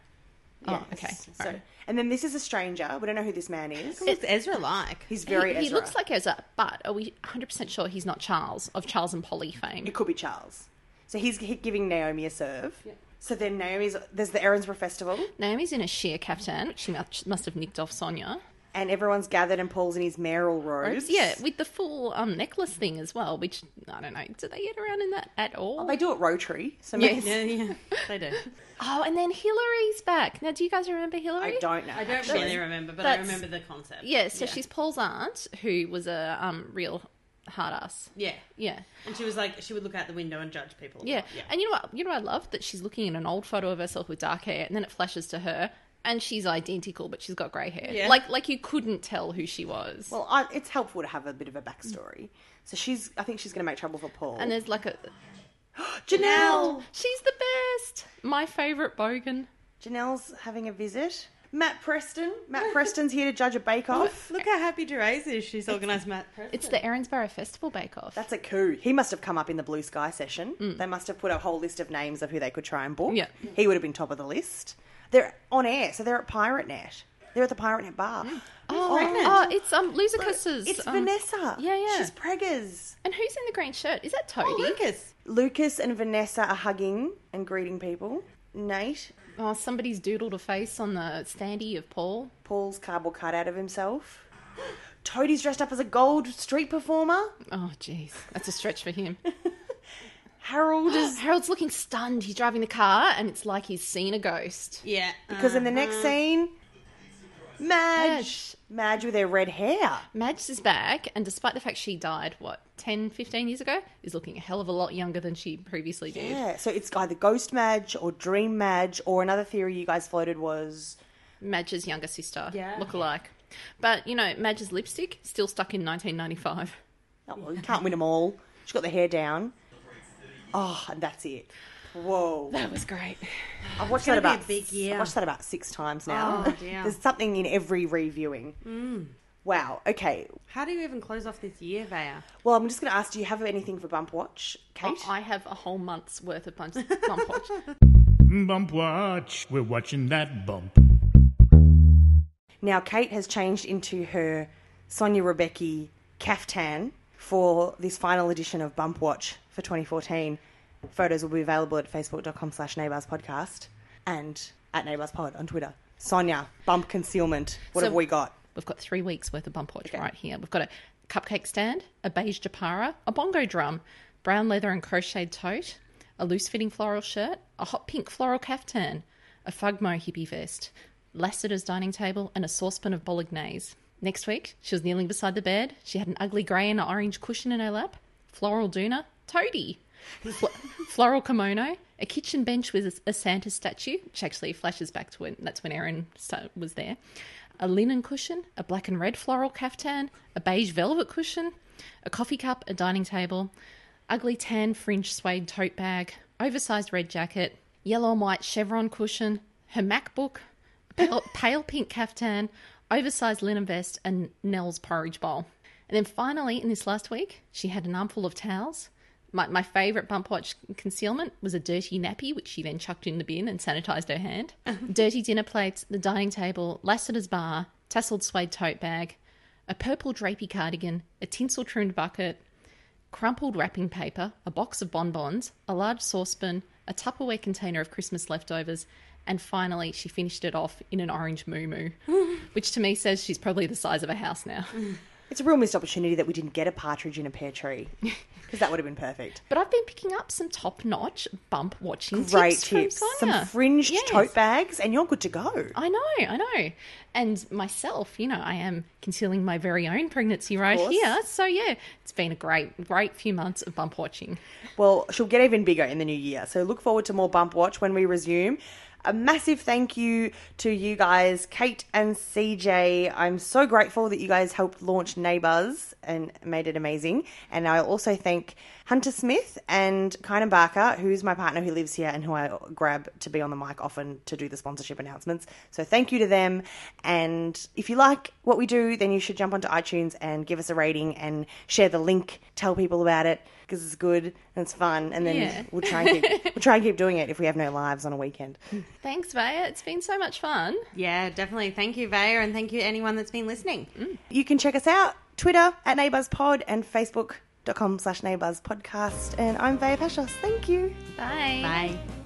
[SPEAKER 3] oh,
[SPEAKER 1] Yes.
[SPEAKER 3] okay.
[SPEAKER 1] So, and then this is a stranger. We don't know who this man is.
[SPEAKER 2] What's Ezra like?
[SPEAKER 1] He's
[SPEAKER 3] All
[SPEAKER 1] very
[SPEAKER 3] right. he, he
[SPEAKER 1] Ezra.
[SPEAKER 3] looks like Ezra, but are we 100% sure he's not Charles of Charles and Polly fame?
[SPEAKER 1] it could be Charles. So he's he- giving Naomi a serve. So then Naomi's there's the Erinsborough Festival.
[SPEAKER 3] Naomi's in a sheer caftan, which she must, must have nicked off Sonia.
[SPEAKER 1] and everyone's gathered and Paul's in his mayoral robes.
[SPEAKER 3] Yeah, with the full um, necklace thing as well, which I don't know. Do they get around in that at all?
[SPEAKER 1] They do it Rotary. So
[SPEAKER 3] Yes.
[SPEAKER 1] maybe-
[SPEAKER 2] Yeah, yeah, they do.
[SPEAKER 3] Oh, and then Hillary's back. Now, do you guys remember Hillary?
[SPEAKER 1] I don't know.
[SPEAKER 2] I don't
[SPEAKER 1] actually.
[SPEAKER 2] really remember, but I
[SPEAKER 3] That's-
[SPEAKER 2] remember the concept.
[SPEAKER 3] Yeah, so she's Paul's aunt, who was a um, real hard ass.
[SPEAKER 2] Yeah.
[SPEAKER 3] Yeah.
[SPEAKER 2] And she was like, she would look out the window and judge people.
[SPEAKER 3] Yeah. And you know what? You know what I love that she's looking at an old photo of herself with dark hair, and then it flashes to her, and she's identical, but she's got grey hair.
[SPEAKER 2] Yeah.
[SPEAKER 3] Like like you couldn't tell who she was.
[SPEAKER 1] Well, I, it's helpful to have a bit of a backstory. So she's, I think she's going to make trouble for Paul.
[SPEAKER 3] and there's like a
[SPEAKER 1] Janelle!
[SPEAKER 3] she's the best. My favourite Bogan.
[SPEAKER 1] Janelle's having a visit. Matt Preston. Matt Preston's here to judge a bake-off.
[SPEAKER 2] Look how happy Therese is. She's organised Matt
[SPEAKER 3] It's the Erinsborough Festival Bake Off.
[SPEAKER 1] That's a coup. He must have come up in the blue sky session. They must have put a whole list of names of who they could try and book.
[SPEAKER 3] Mm. Yeah.
[SPEAKER 1] He would have been top of the list. They're on air, so they're at Pirate Net. They're at the Pirate Net bar.
[SPEAKER 3] oh, oh, it's um Luzicuses.
[SPEAKER 1] It's
[SPEAKER 3] um,
[SPEAKER 1] Vanessa.
[SPEAKER 3] yeah, yeah.
[SPEAKER 1] She's preggers.
[SPEAKER 3] And who's in the green shirt? Is that Toadie?
[SPEAKER 2] Lucas.
[SPEAKER 1] Lucas and Vanessa are hugging and greeting people. Nate,
[SPEAKER 3] Oh, somebody's doodled a face on the standee of Paul.
[SPEAKER 1] Paul's cardboard cutout of himself. Toadie's dressed up as a gold street performer.
[SPEAKER 3] Oh, jeez, that's a stretch for him.
[SPEAKER 1] Harold is
[SPEAKER 3] Harold's looking stunned. He's driving the car, and it's like he's seen a ghost.
[SPEAKER 2] Yeah. Um,
[SPEAKER 1] because in the next scene, Madge,
[SPEAKER 3] Uh-huh. Madge.
[SPEAKER 1] Madge with her red hair.
[SPEAKER 3] Madge is back, and despite the fact she died, what, 10, 15 years ago, is looking a hell of a lot younger than she previously did.
[SPEAKER 1] Yeah, so it's either ghost Madge or dream Madge, or another theory you guys floated was
[SPEAKER 3] Madge's younger sister,
[SPEAKER 2] Yeah.
[SPEAKER 3] look alike. But, you know, Madge's lipstick, still stuck in 1995.
[SPEAKER 1] oh, well, you can't win them all. She's got the hair down. Oh, and that's it. Whoa,
[SPEAKER 3] That was great.
[SPEAKER 1] I've watched that
[SPEAKER 2] gonna be
[SPEAKER 1] about
[SPEAKER 2] a big year.
[SPEAKER 1] I've watched that about six times now.
[SPEAKER 2] Oh, dear.
[SPEAKER 1] There's something in every reviewing. Wow. Okay.
[SPEAKER 2] How do you even close off this year, Vaya?
[SPEAKER 1] Well, I'm just going to ask: Do you have anything for Bump Watch, Kate?
[SPEAKER 3] Oh, I I have a whole month's worth of bunch bump watch.
[SPEAKER 4] Bump watch. We're watching that bump.
[SPEAKER 1] Now, Kate has changed into her Sonia Rebecca caftan for this final edition of Bump Watch for 2014. Photos will be available at facebook.com slash neighbours podcast and at neighbours pod on Twitter. Sonia, bump concealment. What
[SPEAKER 3] So-
[SPEAKER 1] have we got?
[SPEAKER 3] We've got three weeks worth of bump watch right here. We've got a cupcake stand, a beige japara, a bongo drum, brown leather and crocheted tote, a loose fitting floral shirt, a hot pink floral caftan, a Fugmo hippie vest, Lassiter's dining table, and a saucepan of bolognese. Next week, she was kneeling beside the bed. She had an ugly grey and orange cushion in her lap, floral doona, toady, fl- floral kimono, a kitchen bench with a Santa statue, which actually flashes back to when that's when Erin sta- was there, a linen cushion, a black and red floral caftan, a beige velvet cushion, a coffee cup, a dining table, ugly tan fringe suede tote bag, oversized red jacket, yellow and white chevron cushion, her MacBook, pale, pale pink caftan, oversized linen vest, and Nell's porridge bowl. And then finally, in this last week, she had an armful of towels. My, my favourite bump watch concealment was a dirty nappy, which she then chucked in the bin and sanitised her hand. dirty dinner plates, the dining table, Lassiter's bar, tasselled suede tote bag, a purple drapey cardigan, a tinsel trimmed bucket, crumpled wrapping paper, a box of bonbons, a large saucepan, a Tupperware container of Christmas leftovers, and finally she finished it off in an orange moo moo, which to me says she's probably the size of a house now.
[SPEAKER 1] It's a real missed opportunity that we didn't get a partridge in a pear tree because that would have been perfect.
[SPEAKER 3] But I've been picking up some top notch bump watching
[SPEAKER 1] Great
[SPEAKER 3] tips, from
[SPEAKER 1] tips.
[SPEAKER 3] Sonia.
[SPEAKER 1] Some fringed
[SPEAKER 3] Yes.
[SPEAKER 1] tote bags, and you're good to go.
[SPEAKER 3] I know, I know. And myself, you know, I am concealing my very own pregnancy right
[SPEAKER 1] course.
[SPEAKER 3] here. So yeah, it's been a great, great few months of bump watching.
[SPEAKER 1] Well, she'll get even bigger in the new year. So look forward to more Bump Watch when we resume. A massive thank you to you guys, Kate and CJ. I'm so grateful that you guys helped launch Neighbours and made it amazing. And I'll also thank Hunter Smith and Kynan Barker, who's my partner who lives here and who I grab to be on the mic often to do the sponsorship announcements. So thank you to them. And if you like what we do, then you should jump onto iTunes and give us a rating and share the link. Tell people about it because it's good and it's fun. And then
[SPEAKER 3] Yeah.
[SPEAKER 1] we'll try and keep we'll try and keep doing it if we have no lives on a weekend.
[SPEAKER 3] Thanks, Vaya. It's been so much fun.
[SPEAKER 2] Yeah, definitely. Thank you, Vaya, and thank you anyone that's been listening.
[SPEAKER 1] You can check us out Twitter at Neighbours Pod and Facebook.com slash Neighbours Podcast. And I'm Vaya Pashos. Thank you.
[SPEAKER 3] Bye.
[SPEAKER 2] Bye.